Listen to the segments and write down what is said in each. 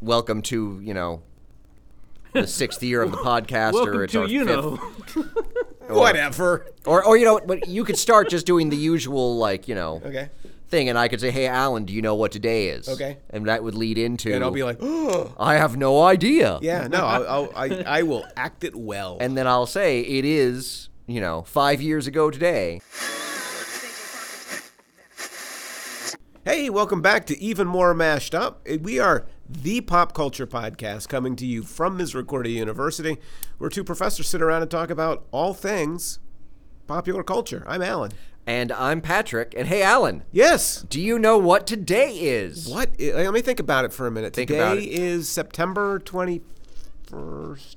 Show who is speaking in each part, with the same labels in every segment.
Speaker 1: welcome to you know the sixth year of the podcast, or
Speaker 2: Welcome
Speaker 1: it's
Speaker 2: to
Speaker 1: our
Speaker 2: you
Speaker 1: fifth,
Speaker 2: know.
Speaker 3: Whatever.
Speaker 1: or or you know, but you could start just doing the usual like you know
Speaker 3: Okay.
Speaker 1: thing, and I could say, hey, Alan, do you know what today is?
Speaker 3: Okay.
Speaker 1: and that would lead into
Speaker 3: And I'll be like, oh,
Speaker 1: I have no idea.
Speaker 3: yeah, no, I'll, I'll, I, I will act it well.
Speaker 1: and then I'll say it is you know five years ago today.
Speaker 3: Hey, welcome back to Even More Mashed Up. We are the pop culture podcast coming to you from Misericordia University, where two professors sit around and talk about all things popular culture. I'm Alan.
Speaker 1: And I'm Patrick, and hey, Alan,
Speaker 3: Yes.
Speaker 1: do you know what today is?
Speaker 3: What? i- Let me think about it for a minute.
Speaker 1: Think
Speaker 3: today
Speaker 1: about it.
Speaker 3: is September 21st.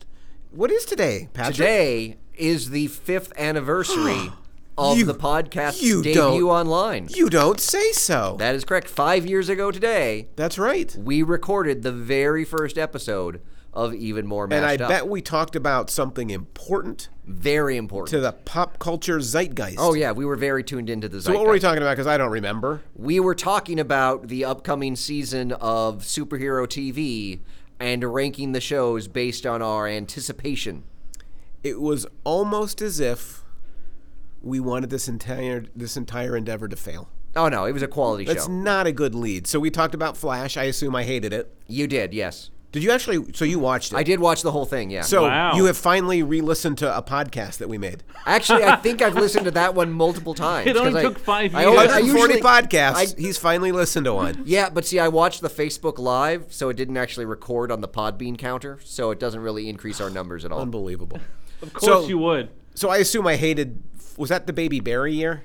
Speaker 3: What is today, Patrick?
Speaker 1: Today is the fifth anniversary of
Speaker 3: You-
Speaker 1: the podcast's
Speaker 3: you
Speaker 1: debut
Speaker 3: don't-
Speaker 1: online.
Speaker 3: You don't say so.
Speaker 1: that is correct. Five years ago today,
Speaker 3: That's right.
Speaker 1: we recorded the very first episode of Even More Mashed
Speaker 3: And I
Speaker 1: Up.
Speaker 3: bet we talked about something important
Speaker 1: very important.
Speaker 3: to the pop culture zeitgeist.
Speaker 1: oh yeah, we were very tuned into the.
Speaker 3: So what were we
Speaker 1: zeitgeist.
Speaker 3: talking about? Because I don't remember.
Speaker 1: we were talking about the upcoming season of superhero TV and ranking the shows based on our anticipation.
Speaker 3: it was almost as if we wanted this entire this entire endeavor to fail.
Speaker 1: Oh no, it was a quality
Speaker 3: That's
Speaker 1: show.
Speaker 3: not a good lead. So we talked about Flash. I assume I hated it.
Speaker 1: you did, yes.
Speaker 3: Did you actually? So you watched it?
Speaker 1: I did watch the whole thing, yeah.
Speaker 3: So
Speaker 2: Wow.
Speaker 3: you have finally re-listened to a podcast that we made.
Speaker 1: Actually, I think I've listened to that one multiple times.
Speaker 2: It only
Speaker 1: 'cause I-
Speaker 2: took five
Speaker 1: I
Speaker 2: years.
Speaker 1: always- I
Speaker 3: 140
Speaker 1: usually-
Speaker 3: podcasts.
Speaker 1: I-
Speaker 3: he's finally listened to one.
Speaker 1: yeah, but see, I watched the Facebook Live, so it didn't actually record on the Podbean counter, so it doesn't really increase our numbers at all.
Speaker 3: Unbelievable.
Speaker 2: Of course
Speaker 3: So-
Speaker 2: you would.
Speaker 3: So I assume I hated. Was that the Baby Barry year?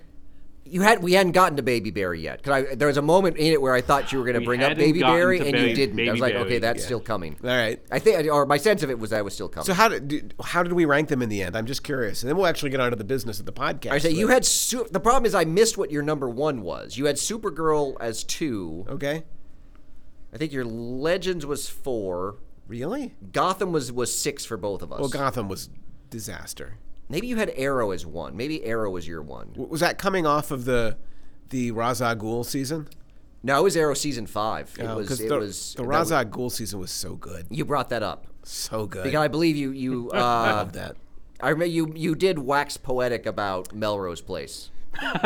Speaker 1: You had we hadn't gotten to Baby Berry yet because there was a moment in it where I thought you were going to
Speaker 2: We
Speaker 1: bring up
Speaker 2: hadn't
Speaker 1: Baby
Speaker 2: gotten
Speaker 1: Berry
Speaker 2: to
Speaker 1: and
Speaker 2: Baby-
Speaker 1: you didn't. I
Speaker 2: Baby
Speaker 1: was like,
Speaker 2: Berry,
Speaker 1: okay, that's
Speaker 2: yeah.
Speaker 1: still coming.
Speaker 3: All right.
Speaker 1: I think, or my sense of it was that was still coming.
Speaker 3: So how did how did we rank them in the end? I'm just curious, and then we'll actually get onto the business of the podcast.
Speaker 1: I say you had su- the problem is I missed what your number one was. You had Supergirl as two.
Speaker 3: okay.
Speaker 1: I think your Legends was four.
Speaker 3: Really?
Speaker 1: Gotham was was six for both of us.
Speaker 3: Well, Gotham was disaster.
Speaker 1: Maybe you had Arrow as one. Maybe Arrow was your one.
Speaker 3: W- Was that coming off of the the Raza Ghul season?
Speaker 1: No, it was Arrow season five. It
Speaker 3: No,
Speaker 1: was.
Speaker 3: Oh, 'cause
Speaker 1: It
Speaker 3: the,
Speaker 1: was
Speaker 3: the
Speaker 1: that was-
Speaker 3: Raza Ghul season was so good,
Speaker 1: You brought that up
Speaker 3: so good.
Speaker 1: because I believe you. You. Uh,
Speaker 3: Love that.
Speaker 1: I remember you. You did wax poetic about Melrose Place.
Speaker 3: It's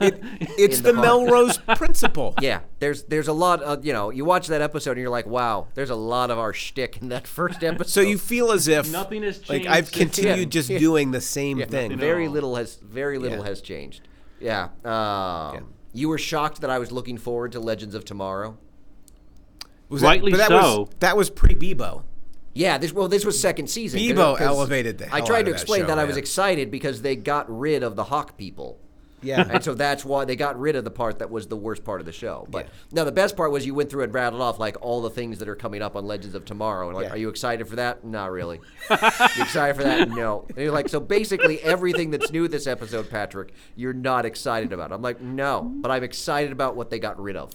Speaker 1: in
Speaker 3: the,
Speaker 1: the pod-
Speaker 3: Melrose Principle.
Speaker 1: Yeah, there's there's a lot of you know. You watch that episode and you're like, wow, there's a lot of our shtick in that first episode.
Speaker 3: So you feel as if
Speaker 2: Nothing has
Speaker 3: Like
Speaker 2: changed
Speaker 3: I've
Speaker 2: since then.
Speaker 3: continued just doing the same thing.
Speaker 2: nothing at
Speaker 1: very
Speaker 2: all.
Speaker 1: little has very little
Speaker 3: Yeah.
Speaker 1: has changed. Yeah. Um, You were shocked that I was looking forward to Legends of Tomorrow.
Speaker 3: Was
Speaker 2: Rightly
Speaker 3: that, but That was,
Speaker 2: so.
Speaker 3: that was pre Bebo.
Speaker 1: Yeah, this well, this was second season. 'cause-
Speaker 3: Bebo
Speaker 1: 'cause
Speaker 3: elevated the
Speaker 1: I
Speaker 3: hell
Speaker 1: tried
Speaker 3: out
Speaker 1: to
Speaker 3: of that
Speaker 1: explain
Speaker 3: show,
Speaker 1: that, I was
Speaker 3: man.
Speaker 1: excited because they got rid of the hawk people,
Speaker 3: Yeah.
Speaker 1: and so that's why they got rid of the part that was the worst part of the show. But no, the best part was you went through and rattled off like all the things that are coming up on Legends of Tomorrow, and like,
Speaker 3: Yeah.
Speaker 1: are you excited for that? Not really. you excited for that? No. And you're like, so basically everything that's new this episode, Patrick, you're not excited about. I'm like, no, but I'm excited about what they got rid of.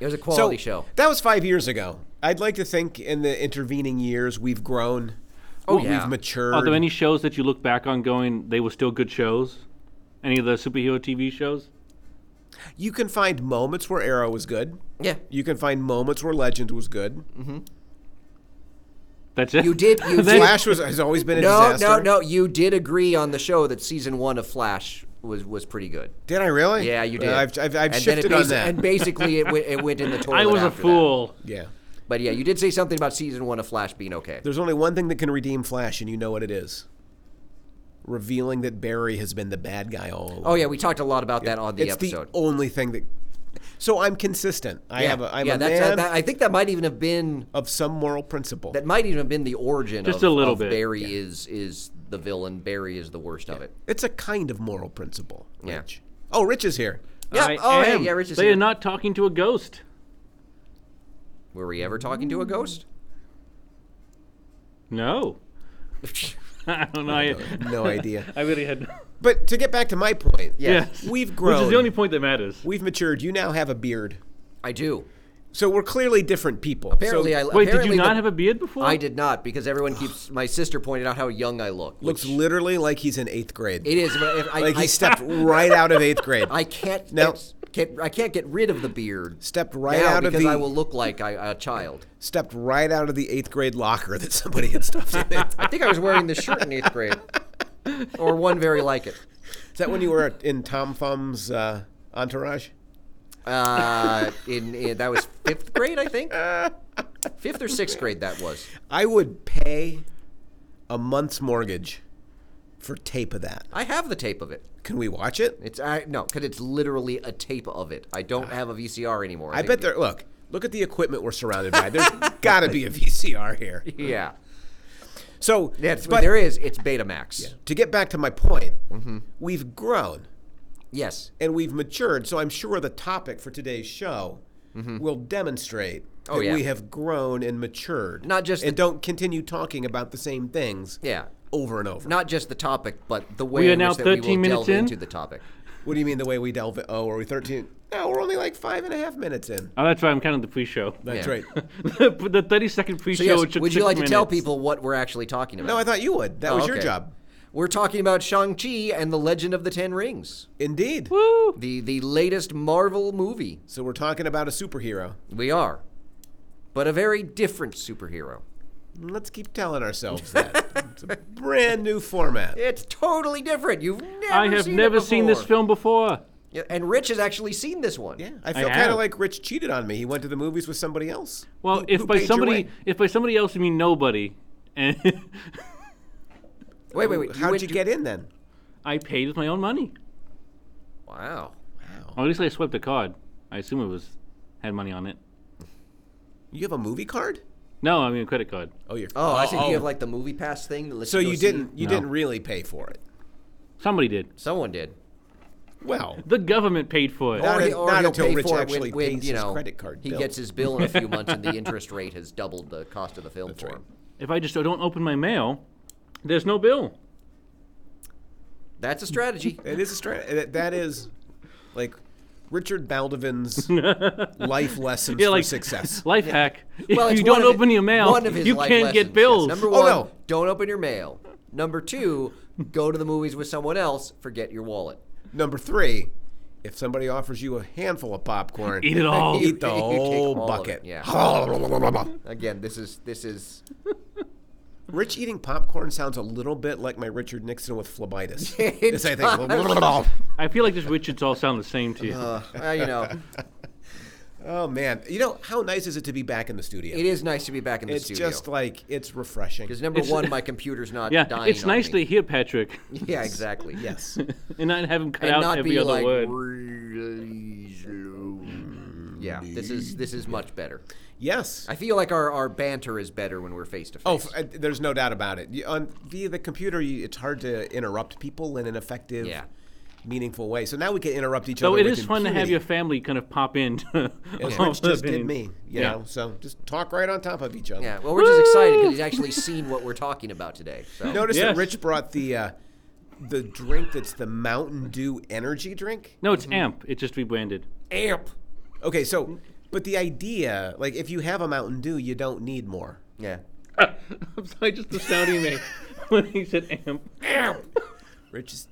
Speaker 1: It was a quality show.
Speaker 3: That was five years ago. I'd like to think in the intervening years we've grown.
Speaker 1: Oh,
Speaker 3: we've
Speaker 1: yeah.
Speaker 3: matured.
Speaker 2: Are there any shows that you look back on going they were still good shows? Any of the superhero TV shows?
Speaker 3: you can find moments where Arrow was good.
Speaker 1: Yeah.
Speaker 3: You can find moments where Legend was good.
Speaker 2: That's it.
Speaker 1: You did- you
Speaker 2: That's-
Speaker 1: did-
Speaker 3: Flash was has always been a
Speaker 1: No,
Speaker 3: disaster.
Speaker 1: no, no. You did agree on the show that season one of Flash was was pretty good.
Speaker 3: Did I really?
Speaker 1: Yeah, you did.
Speaker 3: I've, I've, I've
Speaker 1: and then it
Speaker 3: shifted on
Speaker 1: basi-
Speaker 3: that.
Speaker 1: And basically, it, went it went in the toilet.
Speaker 2: I was a
Speaker 1: after that.
Speaker 2: fool.
Speaker 3: yeah.
Speaker 1: But yeah, you did say something about season one of Flash being okay.
Speaker 3: There's only one thing that can redeem Flash, and you know what it is. Revealing that Barry has been the bad guy all along.
Speaker 1: Oh yeah, we talked a lot about that on the
Speaker 3: it's
Speaker 1: episode.
Speaker 3: the only thing that. So I'm consistent. I
Speaker 1: yeah,
Speaker 3: have. A, I'm
Speaker 1: yeah,
Speaker 3: a
Speaker 1: that's,
Speaker 3: man
Speaker 1: that- I think that might even have been
Speaker 3: of some moral principle.
Speaker 1: that might even have been the origin.
Speaker 2: Just
Speaker 1: of,
Speaker 2: a little
Speaker 1: of
Speaker 2: bit.
Speaker 1: Barry is is the villain. Barry is the worst of it.
Speaker 3: it's a kind of moral principle.
Speaker 1: Yeah.
Speaker 3: Rich. Oh, Rich is here.
Speaker 1: Yeah.
Speaker 2: I
Speaker 1: oh
Speaker 2: am.
Speaker 1: hey, yeah, Rich is
Speaker 2: They
Speaker 1: here.
Speaker 2: are not talking to a ghost.
Speaker 1: Were we ever talking to a ghost?
Speaker 2: No. I don't know. I,
Speaker 3: No idea.
Speaker 2: I really had. no-
Speaker 3: But to get back to my point,
Speaker 1: Yes.
Speaker 2: Yeah.
Speaker 3: we've
Speaker 2: Which
Speaker 3: grown.
Speaker 2: is the only point that matters.
Speaker 3: we've matured. You now have a beard,
Speaker 1: I do.
Speaker 3: so we're clearly different people.
Speaker 1: Apparently,
Speaker 3: so
Speaker 1: I
Speaker 2: Wait, did
Speaker 1: apparently
Speaker 2: you not
Speaker 1: the-
Speaker 2: have a beard before?
Speaker 1: I did not because everyone keeps. My sister pointed out how young I look.
Speaker 3: looks
Speaker 1: which
Speaker 3: literally like he's in eighth grade.
Speaker 1: It is. But if I,
Speaker 3: Like
Speaker 1: I,
Speaker 3: he stepped right out of eighth grade.
Speaker 1: I can't.
Speaker 3: Now-
Speaker 1: it's- Can't, I can't get rid of the beard.
Speaker 3: Stepped right
Speaker 1: now
Speaker 3: out of
Speaker 1: because
Speaker 3: the
Speaker 1: I will look like I, a child.
Speaker 3: stepped right out of the eighth grade locker that somebody had stuffed in it.
Speaker 1: I think I was wearing this shirt in eighth grade, or one very like it.
Speaker 3: Is that when you were in Tom Thumb's uh, entourage?
Speaker 1: Uh, in, in that was fifth grade, I think. Fifth or sixth grade that was.
Speaker 3: I would pay a month's mortgage for tape of that.
Speaker 1: I have the tape of it.
Speaker 3: Can we watch it?
Speaker 1: It's I, no, because it's literally a tape of it. I don't have a VCR anymore.
Speaker 3: I
Speaker 1: think
Speaker 3: bet there. Look, look at the equipment we're surrounded by. There's got to be a VCR here.
Speaker 1: it- Yeah,
Speaker 3: So,
Speaker 1: that's
Speaker 3: but
Speaker 1: there is. Mm-hmm. It's Betamax.
Speaker 3: to get back to my point, we've grown
Speaker 1: Yes.
Speaker 3: and we've matured. So I'm sure the topic for today's show will demonstrate
Speaker 1: Mm-hmm. Oh,
Speaker 3: that
Speaker 1: yeah.
Speaker 3: we have grown and matured,
Speaker 1: Not just
Speaker 3: and
Speaker 1: the-
Speaker 3: don't continue talking about the same things.
Speaker 1: Yeah.
Speaker 3: over and over.
Speaker 1: Not just the topic, but the way
Speaker 2: We are
Speaker 1: in
Speaker 2: now
Speaker 1: which that we
Speaker 2: 13
Speaker 1: will
Speaker 2: minutes
Speaker 1: delve
Speaker 2: in?
Speaker 1: into the topic.
Speaker 3: What do you mean the way we delve? it? Oh, are we 13? No, we're only like five and a half minutes in.
Speaker 2: Oh, that's right. I'm counting the pre-show.
Speaker 3: That's
Speaker 1: Yeah.
Speaker 3: right.
Speaker 2: the the 30 second
Speaker 1: So
Speaker 2: pre-show.
Speaker 1: yes,
Speaker 2: which took
Speaker 1: would you
Speaker 2: six
Speaker 1: like to tell
Speaker 2: minutes.
Speaker 1: people what we're actually talking about?
Speaker 3: No, I thought you would. That
Speaker 1: Oh,
Speaker 3: was your
Speaker 1: okay.
Speaker 3: job.
Speaker 1: We're talking about Shang-Chi and the Legend of the Ten Rings,
Speaker 3: Indeed.
Speaker 2: Woo!
Speaker 1: the the latest Marvel movie.
Speaker 3: So we're talking about a superhero.
Speaker 1: We are, but a very different superhero.
Speaker 3: Let's keep telling ourselves that. it's a brand new format.
Speaker 1: It's totally different. You've never
Speaker 2: I have
Speaker 1: seen it
Speaker 2: never seen this
Speaker 1: before.
Speaker 2: film before.
Speaker 1: Yeah, And Rich has actually seen this one.
Speaker 3: Yeah, I feel
Speaker 2: I
Speaker 3: kind
Speaker 2: have.
Speaker 3: of like Rich cheated on me. He went to the movies with somebody else.
Speaker 2: Well,
Speaker 3: Who-
Speaker 2: if
Speaker 3: who
Speaker 2: by
Speaker 3: paid your
Speaker 2: somebody,
Speaker 3: way?
Speaker 2: if by somebody else you mean nobody, and
Speaker 1: Wait, wait, wait.
Speaker 3: How'd
Speaker 1: went
Speaker 3: you
Speaker 1: to-
Speaker 3: get in then?
Speaker 2: I paid with my own money.
Speaker 1: Wow.
Speaker 3: Wow.
Speaker 2: Or at least I swept a card. I assume it was had money on it.
Speaker 3: You have a movie card?
Speaker 2: No, I mean a credit card.
Speaker 3: Oh, you're.
Speaker 1: Oh, I see. You have like the movie pass thing. That lets
Speaker 3: So
Speaker 1: go
Speaker 3: you
Speaker 1: see-
Speaker 3: didn't. You
Speaker 2: No.
Speaker 3: didn't really pay for it.
Speaker 2: Somebody did.
Speaker 1: Someone did.
Speaker 3: Well,
Speaker 2: The government paid for it.
Speaker 3: Not
Speaker 1: he-
Speaker 3: un- not
Speaker 1: he'll
Speaker 3: until
Speaker 1: pay
Speaker 3: Rich
Speaker 1: for it
Speaker 3: actually pays his credit card
Speaker 1: he
Speaker 3: bill.
Speaker 1: gets his bill in a few months and the interest rate has doubled the cost of the film for
Speaker 3: right.
Speaker 1: him.
Speaker 2: If I just don't open my mail, there's no bill.
Speaker 1: That's a strategy.
Speaker 3: it is a stra- uh, that- That is, like, Richard Baldovin's life lessons
Speaker 2: Yeah,
Speaker 3: for
Speaker 2: like
Speaker 3: success.
Speaker 2: Life hack.
Speaker 1: it's
Speaker 2: If you
Speaker 1: one
Speaker 2: don't
Speaker 1: of his-
Speaker 2: open your mail,
Speaker 1: one of his
Speaker 2: you
Speaker 1: life
Speaker 2: can't
Speaker 1: lessons,
Speaker 2: get
Speaker 1: yes.
Speaker 2: bills.
Speaker 1: Number
Speaker 3: Oh,
Speaker 1: one,
Speaker 3: no.
Speaker 1: don't open your mail. Number two, go to the movies with someone else. Forget your wallet.
Speaker 3: Number three, if somebody offers you a handful of popcorn,
Speaker 2: Eat it all.
Speaker 3: Eat the
Speaker 1: You take
Speaker 3: whole
Speaker 1: all of
Speaker 3: bucket.
Speaker 1: it, yeah. Again, this is this is
Speaker 3: Rich eating popcorn sounds a little bit like my Richard Nixon with phlebitis.
Speaker 1: It
Speaker 3: It's, I think,
Speaker 2: I feel like this Richards all sound the same to you.
Speaker 1: uh, uh, you know
Speaker 3: oh man, you know how nice is it to be back in the studio?
Speaker 1: it is nice to be back in the
Speaker 3: it's
Speaker 1: studio.
Speaker 3: just like it's refreshing.
Speaker 1: because number one, my computer's not
Speaker 2: yeah,
Speaker 1: dying.
Speaker 2: it's
Speaker 1: on
Speaker 2: nice
Speaker 1: me.
Speaker 2: to hear Patrick
Speaker 1: Yeah, exactly.
Speaker 3: Yes,
Speaker 2: and not have him cut
Speaker 1: and
Speaker 2: out
Speaker 1: not
Speaker 2: every
Speaker 1: be
Speaker 2: other
Speaker 1: like
Speaker 2: word.
Speaker 1: really slow. Yeah, this is this is much better.
Speaker 3: yes.
Speaker 1: I feel like our, our banter is better when we're face to face.
Speaker 3: Oh, f- uh, there's no doubt about it. You, on via the computer, you, it's hard to interrupt people in an effective,
Speaker 1: Yeah.
Speaker 3: meaningful way. So now we can interrupt each
Speaker 2: So
Speaker 3: other.
Speaker 2: it
Speaker 3: with
Speaker 2: is fun to have
Speaker 3: impunity.
Speaker 2: your family kind of pop in.
Speaker 3: As
Speaker 2: all
Speaker 3: Rich
Speaker 2: the
Speaker 3: just did
Speaker 2: opinions.
Speaker 3: me, you
Speaker 2: Yeah.
Speaker 3: know. So just talk right on top of each other.
Speaker 1: yeah. Well, we're just excited because he's actually seen what we're talking about today. So
Speaker 3: Notice
Speaker 2: Yes.
Speaker 3: that Rich brought the uh, the drink that's the Mountain Dew energy drink.
Speaker 2: No, it's AMP. It just rebranded.
Speaker 1: amp.
Speaker 3: Okay, so but the idea, like if you have a Mountain Dew, you don't need more.
Speaker 1: Yeah.
Speaker 2: I'm sorry, just astounding me when he said AMP.
Speaker 3: Rich is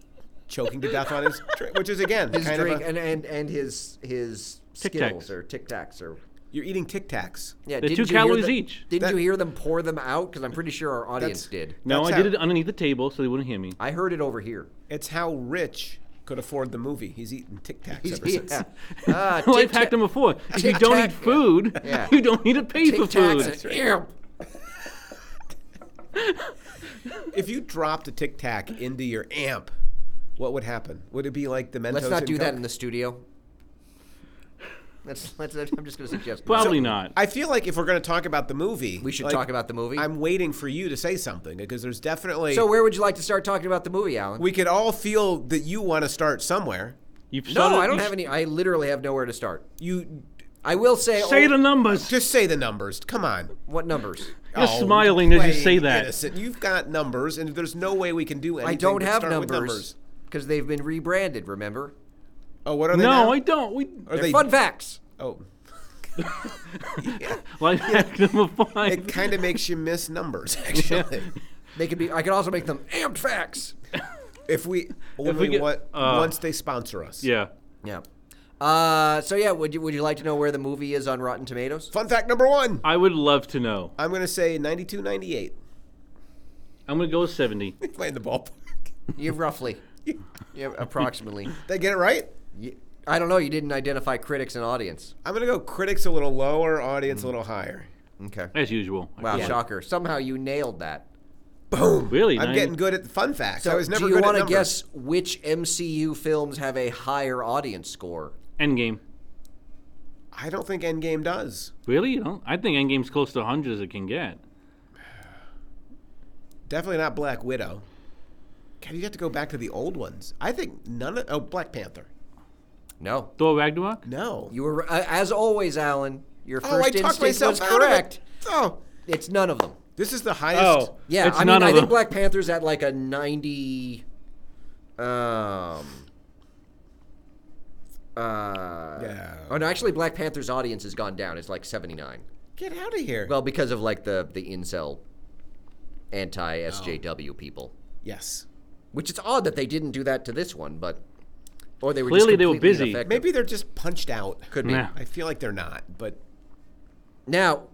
Speaker 3: choking to death on his drink, which is again
Speaker 1: His
Speaker 3: kind
Speaker 1: drink
Speaker 3: of a,
Speaker 1: and, and and his his
Speaker 2: Tic
Speaker 1: skittles
Speaker 2: Tacs.
Speaker 1: or Tic Tacs or
Speaker 3: you're eating Tic Tacs.
Speaker 1: yeah.
Speaker 2: They're
Speaker 1: didn't
Speaker 2: two
Speaker 1: you hear
Speaker 2: calories
Speaker 1: the-
Speaker 2: each.
Speaker 1: Didn't
Speaker 3: That-
Speaker 1: you hear them pour them out? Because I'm pretty sure our audience
Speaker 3: That's-
Speaker 1: did.
Speaker 2: No,
Speaker 3: That's
Speaker 2: I did
Speaker 3: how-
Speaker 2: it underneath the table so they wouldn't hear me.
Speaker 1: I heard it over here.
Speaker 3: It's how Rich could afford the movie. He's eating Tic Tacs ever since.
Speaker 1: Yeah. Ah,
Speaker 2: Well, I've
Speaker 1: Tic
Speaker 2: hacked
Speaker 1: Tac-
Speaker 2: them before. If you
Speaker 1: Tic
Speaker 2: don't
Speaker 1: Tac,
Speaker 2: eat food,
Speaker 1: yeah.
Speaker 2: you don't need to pay for
Speaker 1: Tic Tacs
Speaker 2: food.
Speaker 1: and amp.
Speaker 3: If you dropped a Tic Tac into your amp, what would happen? Would it be like the Mentos?
Speaker 1: Let's not
Speaker 3: and
Speaker 1: do
Speaker 3: Coke?
Speaker 1: that in the studio. Let's, let's, I'm just going to suggest.
Speaker 2: Probably not.
Speaker 3: I feel like if we're going to talk about the movie,
Speaker 1: we should
Speaker 3: like,
Speaker 1: talk about the movie.
Speaker 3: I'm waiting for you to say something because there's definitely
Speaker 1: so, where would you like to start talking about the movie, Alan?
Speaker 3: we could all feel that you want to start somewhere.
Speaker 2: You've started-
Speaker 1: no, I don't
Speaker 2: you
Speaker 1: have any. I literally have nowhere to start.
Speaker 3: You
Speaker 1: I will say.
Speaker 2: Say
Speaker 1: oh,
Speaker 2: the numbers.
Speaker 3: just say the numbers. Come on. Oh,
Speaker 1: What numbers?
Speaker 2: You're smiling as you
Speaker 3: plain
Speaker 2: say that.
Speaker 3: innocent. You've got numbers, and there's no way we can do anything.
Speaker 1: I don't
Speaker 3: but
Speaker 1: have
Speaker 3: start with
Speaker 1: numbers because they've been rebranded. Remember?
Speaker 3: Oh, what are they?
Speaker 2: no,
Speaker 3: now?
Speaker 2: I don't. We
Speaker 3: Are
Speaker 1: They're
Speaker 3: they
Speaker 1: fun facts.
Speaker 3: Oh,
Speaker 2: life hack number
Speaker 3: it
Speaker 2: five.
Speaker 3: kind of makes you miss numbers actually.
Speaker 1: They could be. I could also make them amped facts.
Speaker 3: If we only
Speaker 2: get-
Speaker 3: what
Speaker 2: uh,
Speaker 3: once they sponsor us.
Speaker 2: Yeah.
Speaker 1: Yeah. Uh, so yeah, would you would you like to know where the movie is on Rotten Tomatoes?
Speaker 3: Fun fact number one.
Speaker 2: I would love to know.
Speaker 3: I'm going to say 92, 98.
Speaker 2: I'm gonna go with seventy.
Speaker 3: Playing the ballpark.
Speaker 1: You roughly, yeah, approximately.
Speaker 3: They get it right?
Speaker 1: You, I don't know. You didn't identify critics and audience.
Speaker 3: I'm going to go critics a little lower, audience a little higher.
Speaker 1: Okay.
Speaker 2: As usual. I
Speaker 1: Wow,
Speaker 2: feel like-
Speaker 1: shocker! Somehow you nailed that.
Speaker 3: Boom.
Speaker 2: Really?
Speaker 3: I'm
Speaker 2: Nine-
Speaker 3: getting good at the fun facts. I was never
Speaker 1: do you
Speaker 3: good
Speaker 1: wanna
Speaker 3: at numbers.
Speaker 1: guess which MCU films have a higher audience score?
Speaker 2: Endgame.
Speaker 3: I don't think Endgame does.
Speaker 2: Really? You don't? I think Endgame's close to hundred as it can get.
Speaker 3: Definitely not Black Widow. God, you'd have to go back to the old ones. I think none of. Oh, Black Panther.
Speaker 1: No,
Speaker 2: Thor Ragnarok.
Speaker 3: No.
Speaker 1: you were uh, as always, Alan. Your first
Speaker 3: oh, I
Speaker 1: instinct
Speaker 3: talked myself
Speaker 1: was
Speaker 3: out of
Speaker 1: correct.
Speaker 3: it. Oh,
Speaker 1: It's none of them.
Speaker 3: this is the highest.
Speaker 1: Yeah,
Speaker 2: It's
Speaker 1: I mean,
Speaker 2: none of
Speaker 1: I think
Speaker 2: them.
Speaker 1: Black Panther's at like a ninety. Um. Uh,
Speaker 3: Yeah.
Speaker 1: Oh no! Actually, Black Panther's audience has gone down. It's like seventy nine.
Speaker 3: Get out of here.
Speaker 1: Well, because of like the the incel, anti SJW
Speaker 3: Oh.
Speaker 1: people.
Speaker 3: yes.
Speaker 1: Which it's odd that they didn't do that to this one, but or they were
Speaker 2: Clearly
Speaker 1: just
Speaker 2: they were
Speaker 1: completely
Speaker 2: busy.
Speaker 1: ineffective.
Speaker 3: Maybe they're just punched out.
Speaker 1: could be.
Speaker 2: Nah.
Speaker 3: I feel like they're not, but
Speaker 1: Now,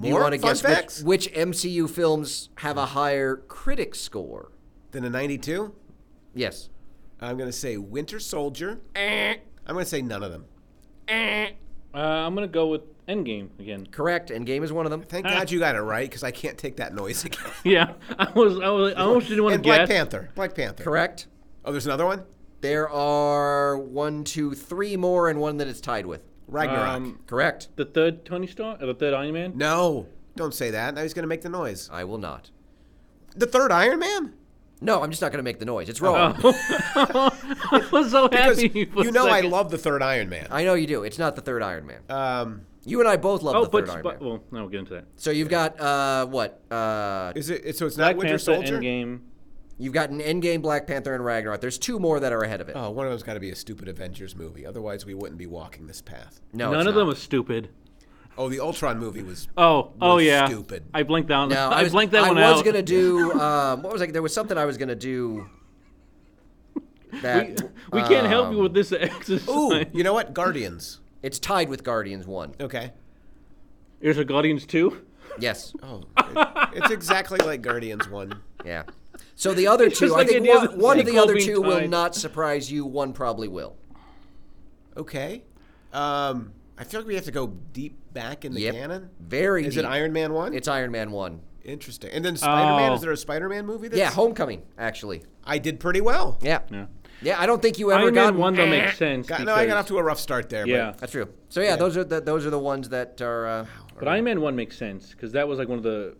Speaker 1: do you
Speaker 3: more
Speaker 1: want to
Speaker 3: fun
Speaker 1: guess
Speaker 3: facts
Speaker 1: which, which MCU films have a higher critic score?
Speaker 3: than a 92.
Speaker 1: Yes.
Speaker 3: I'm going to say Winter Soldier.
Speaker 1: Eh.
Speaker 3: I'm going to say none of them.
Speaker 2: Uh, I'm gonna go with Endgame again.
Speaker 1: Correct. And game is one of them.
Speaker 2: Eh.
Speaker 3: Thank God you got it right because I can't take that noise again.
Speaker 2: Yeah, I was, I was, I almost didn't want to
Speaker 3: and Black
Speaker 2: guess.
Speaker 3: Panther. Black Panther.
Speaker 1: Correct.
Speaker 3: Oh, there's another one?
Speaker 1: There are one, two, three more, and one that it's tied with.
Speaker 3: Ragnarok.
Speaker 2: Um,
Speaker 1: Correct.
Speaker 2: the third Tony Stark, or the third Iron Man.
Speaker 3: no, don't say that. Now he's going to make the noise.
Speaker 1: I will not.
Speaker 3: The third Iron Man?
Speaker 1: No, I'm just not going to make the noise. It's wrong.
Speaker 2: Uh-huh. I was so
Speaker 3: Because
Speaker 2: happy. for
Speaker 3: you
Speaker 2: a
Speaker 3: know I
Speaker 2: second.
Speaker 3: love the third Iron Man.
Speaker 1: I know you do. It's not the third Iron Man.
Speaker 3: Um,
Speaker 1: You and I both love
Speaker 2: Oh,
Speaker 1: the third
Speaker 2: but,
Speaker 1: Iron
Speaker 2: but
Speaker 1: Man.
Speaker 2: well, no, we'll get into that.
Speaker 1: So you've got uh, what? Uh,
Speaker 3: is it so it's not
Speaker 2: Black
Speaker 3: Winter
Speaker 2: Panther,
Speaker 3: Soldier?
Speaker 2: Endgame.
Speaker 1: you've got an Endgame, Black Panther, and Ragnarok. There's two more that are ahead of it.
Speaker 3: Oh, one of them's got to be a stupid Avengers movie. Otherwise, we wouldn't be walking this path.
Speaker 1: no,
Speaker 2: None
Speaker 1: it's
Speaker 2: of them
Speaker 1: not.
Speaker 2: was stupid.
Speaker 3: Oh, the Ultron movie was.
Speaker 2: Oh, oh
Speaker 3: Was
Speaker 2: yeah.
Speaker 3: stupid.
Speaker 2: I blanked out.
Speaker 1: No,
Speaker 2: I,
Speaker 1: was,
Speaker 2: blanked that
Speaker 1: I
Speaker 2: one
Speaker 1: was
Speaker 2: out.
Speaker 1: gonna do. Um, what was I? There was something I was gonna do. That
Speaker 2: we can't help
Speaker 1: um,
Speaker 2: you with this exercise.
Speaker 3: Ooh, you know what? Guardians.
Speaker 1: uh, It's tied with Guardians One.
Speaker 3: Okay.
Speaker 2: Here's a Guardians two.
Speaker 1: Yes.
Speaker 3: Oh, it- it's exactly like Guardians one.
Speaker 1: Yeah. So the other two,
Speaker 2: just
Speaker 1: I
Speaker 2: like
Speaker 1: think
Speaker 2: the idea
Speaker 1: one,
Speaker 2: of the
Speaker 1: one of the
Speaker 2: sequel
Speaker 1: other
Speaker 2: being
Speaker 1: two will
Speaker 2: tied.
Speaker 1: not surprise you. One probably will.
Speaker 3: Okay. Um, I feel like we have to go deep back in the
Speaker 1: Yep.
Speaker 3: canon.
Speaker 1: Very.
Speaker 3: Is it
Speaker 1: deep.
Speaker 3: Iron Man one?
Speaker 1: It's Iron Man One.
Speaker 3: interesting. And then Spider Man.
Speaker 2: Oh.
Speaker 3: Is there a Spider Man movie? That's,
Speaker 1: Yeah, Homecoming actually.
Speaker 3: I did pretty well.
Speaker 1: Yeah.
Speaker 2: Yeah.
Speaker 1: Yeah. I don't think you ever
Speaker 2: Iron
Speaker 1: got
Speaker 2: Man one though
Speaker 1: Eh.
Speaker 2: makes sense.
Speaker 3: Got, no, I got
Speaker 2: because-
Speaker 3: off to a rough start there.
Speaker 2: Yeah,
Speaker 1: That's true. So yeah, those are the those are the ones that are. Uh,
Speaker 2: but Iron Man one makes sense because that was like one of the,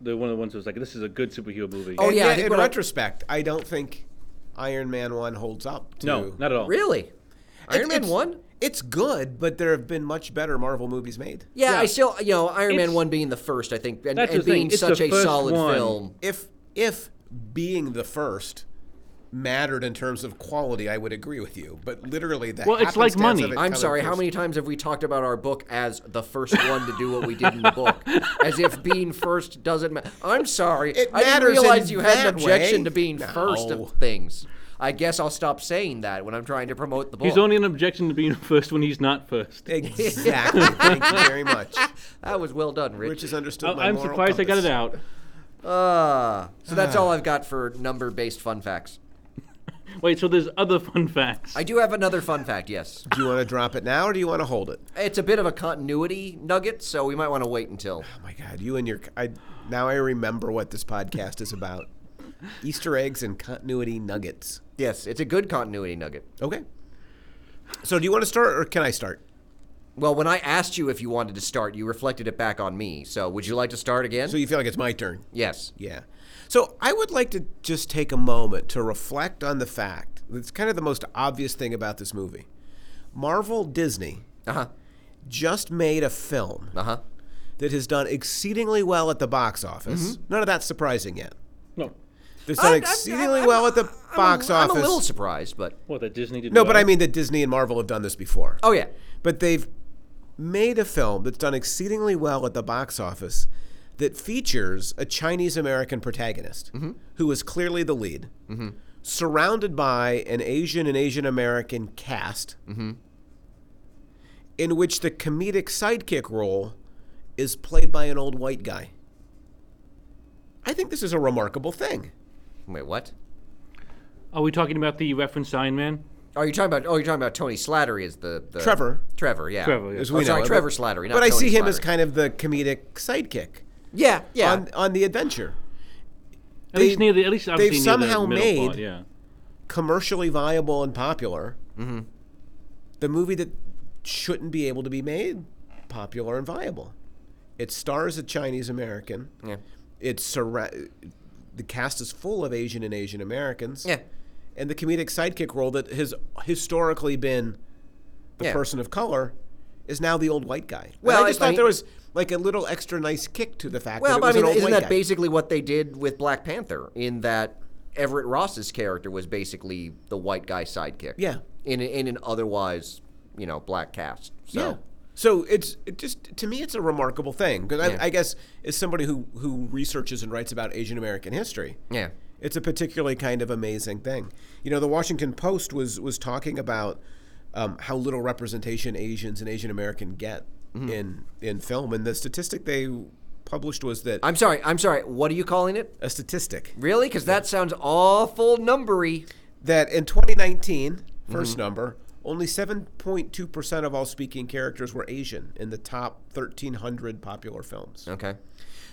Speaker 2: the one of the ones that was like this is a good superhero movie.
Speaker 1: Oh,
Speaker 3: But, and
Speaker 1: yeah, I
Speaker 3: yet,
Speaker 1: think
Speaker 3: in
Speaker 1: what I-
Speaker 3: retrospect, I don't think Iron Man one holds up. To,
Speaker 2: no, not at all.
Speaker 1: really?
Speaker 3: It's-
Speaker 1: Iron Man
Speaker 3: it's-
Speaker 1: One.
Speaker 3: It's good, but there have been much better Marvel movies made.
Speaker 1: Yeah,
Speaker 2: Yeah.
Speaker 1: I still, you know, Iron Man
Speaker 2: It's-
Speaker 1: 1 being the first, I think, and,
Speaker 2: That's
Speaker 1: and
Speaker 2: the thing,
Speaker 1: being
Speaker 2: it's the
Speaker 1: such a
Speaker 2: first
Speaker 1: solid
Speaker 2: one.
Speaker 1: film.
Speaker 3: If if being the first mattered in terms of quality, I would agree with you. But literally, that
Speaker 2: Well, it's like money.
Speaker 1: I'm sorry, how many times have we talked about our book as the first one to do what we did in the book? As if being first doesn't matter. I'm sorry.
Speaker 3: It
Speaker 1: I didn't
Speaker 3: matters
Speaker 1: realize
Speaker 3: in
Speaker 1: you had an
Speaker 3: that
Speaker 1: objection
Speaker 3: way.
Speaker 1: to being
Speaker 3: No.
Speaker 1: first of things. I guess I'll stop saying that when I'm trying to promote the book.
Speaker 2: He's only an objection to being first when he's not first.
Speaker 3: Exactly. Thank you very much.
Speaker 1: that was well done, Rich.
Speaker 3: Rich has understood. my
Speaker 2: I- Oh, I'm
Speaker 3: moral
Speaker 2: surprised I got
Speaker 3: compass.
Speaker 2: it out.
Speaker 1: Uh, so that's
Speaker 3: Ah.
Speaker 1: all I've got for number based fun facts.
Speaker 2: Wait, so there's other fun facts.
Speaker 1: I do have another fun fact, yes.
Speaker 3: Do you want to drop it now, or do you want to hold it?
Speaker 1: It's a bit of a continuity nugget, so we might want to wait until.
Speaker 3: Oh my God, you and your I now I remember what this podcast is about. Easter eggs and continuity nuggets.
Speaker 1: Yes, it's a good continuity nugget.
Speaker 3: Okay. So, do you want to start, or can I start?
Speaker 1: Well, when I asked you if you wanted to start, you reflected it back on me. So, would you like to start again?
Speaker 3: So you feel like it's my turn.
Speaker 1: yes.
Speaker 3: Yeah. So I would like to just take a moment to reflect on the fact that's kind of the most obvious thing about this movie. Marvel Disney
Speaker 1: Uh huh.
Speaker 3: just made a film
Speaker 1: Uh huh.
Speaker 3: that has done exceedingly well at the box office.
Speaker 1: Mm-hmm.
Speaker 3: None of that's surprising yet.
Speaker 2: no,
Speaker 3: That's done exceedingly well at the box office.
Speaker 1: I'm a little surprised, but
Speaker 2: what that Disney did.
Speaker 3: no, but
Speaker 2: well?
Speaker 3: I mean that Disney and Marvel have done this before.
Speaker 1: oh yeah,
Speaker 3: But they've made a film that's done exceedingly well at the box office that features a Chinese American protagonist
Speaker 1: Mm-hmm.
Speaker 3: who is clearly the
Speaker 1: Mm-hmm.
Speaker 3: lead, surrounded by an Asian and Asian American cast in which the comedic sidekick role is played by an old white guy. I think this is a remarkable thing.
Speaker 1: Wait, what?
Speaker 2: Are we talking about the reference Iron Man?
Speaker 1: Oh, you're talking about oh, you're talking about Tony Slattery is the, the
Speaker 3: Trevor.
Speaker 1: Trevor, yeah,
Speaker 2: Trevor, yeah.
Speaker 3: As
Speaker 1: Oh,
Speaker 3: we
Speaker 1: sorry,
Speaker 3: know it,
Speaker 1: Trevor
Speaker 3: but-
Speaker 1: Slattery. Not
Speaker 3: But I
Speaker 1: Tony
Speaker 3: see him as
Speaker 1: Slattery.
Speaker 3: kind of the comedic sidekick
Speaker 1: yeah, yeah.
Speaker 3: on, on the adventure.
Speaker 2: At least near the at least obviously
Speaker 3: they've
Speaker 2: near the
Speaker 3: somehow
Speaker 2: middle
Speaker 3: made-
Speaker 2: part, yeah.
Speaker 3: commercially viable and popular.
Speaker 1: Mm-hmm.
Speaker 3: The movie that shouldn't be able to be made popular and viable. It stars a Chinese American.
Speaker 1: yeah,
Speaker 3: It's surra- the cast is full of Asian and Asian Americans.
Speaker 1: yeah,
Speaker 3: And the comedic sidekick role that has historically been the
Speaker 1: Yeah.
Speaker 3: person of color is now the old white guy. And
Speaker 1: Well,
Speaker 3: I just
Speaker 1: I- I
Speaker 3: thought
Speaker 1: mean-
Speaker 3: there was like a little extra nice kick to the fact
Speaker 1: Well,
Speaker 3: that it
Speaker 1: but
Speaker 3: was
Speaker 1: I mean,
Speaker 3: an old
Speaker 1: isn't
Speaker 3: white
Speaker 1: that
Speaker 3: guy.
Speaker 1: basically what they did with Black Panther? In that Everett Ross's character was basically the white guy sidekick.
Speaker 3: Yeah.
Speaker 1: In in an otherwise, you know, black cast. So
Speaker 3: Yeah. So it's it just to me, it's a remarkable thing because
Speaker 1: Yeah.
Speaker 3: I, I guess as somebody who who researches and writes about Asian American history,
Speaker 1: yeah.
Speaker 3: it's a particularly kind of amazing thing. You know, the Washington Post was was talking about um, how little representation Asians and Asian American get
Speaker 1: Mm-hmm.
Speaker 3: in in film, and the statistic they published was that
Speaker 1: I'm sorry. I'm sorry. What are you calling it?
Speaker 3: a statistic
Speaker 1: Really? Because that sounds awful numbery.
Speaker 3: that in 2019, first
Speaker 1: Mm-hmm.
Speaker 3: number, only 7.2% of all speaking characters were Asian in the top 1,300 popular films.
Speaker 1: Okay.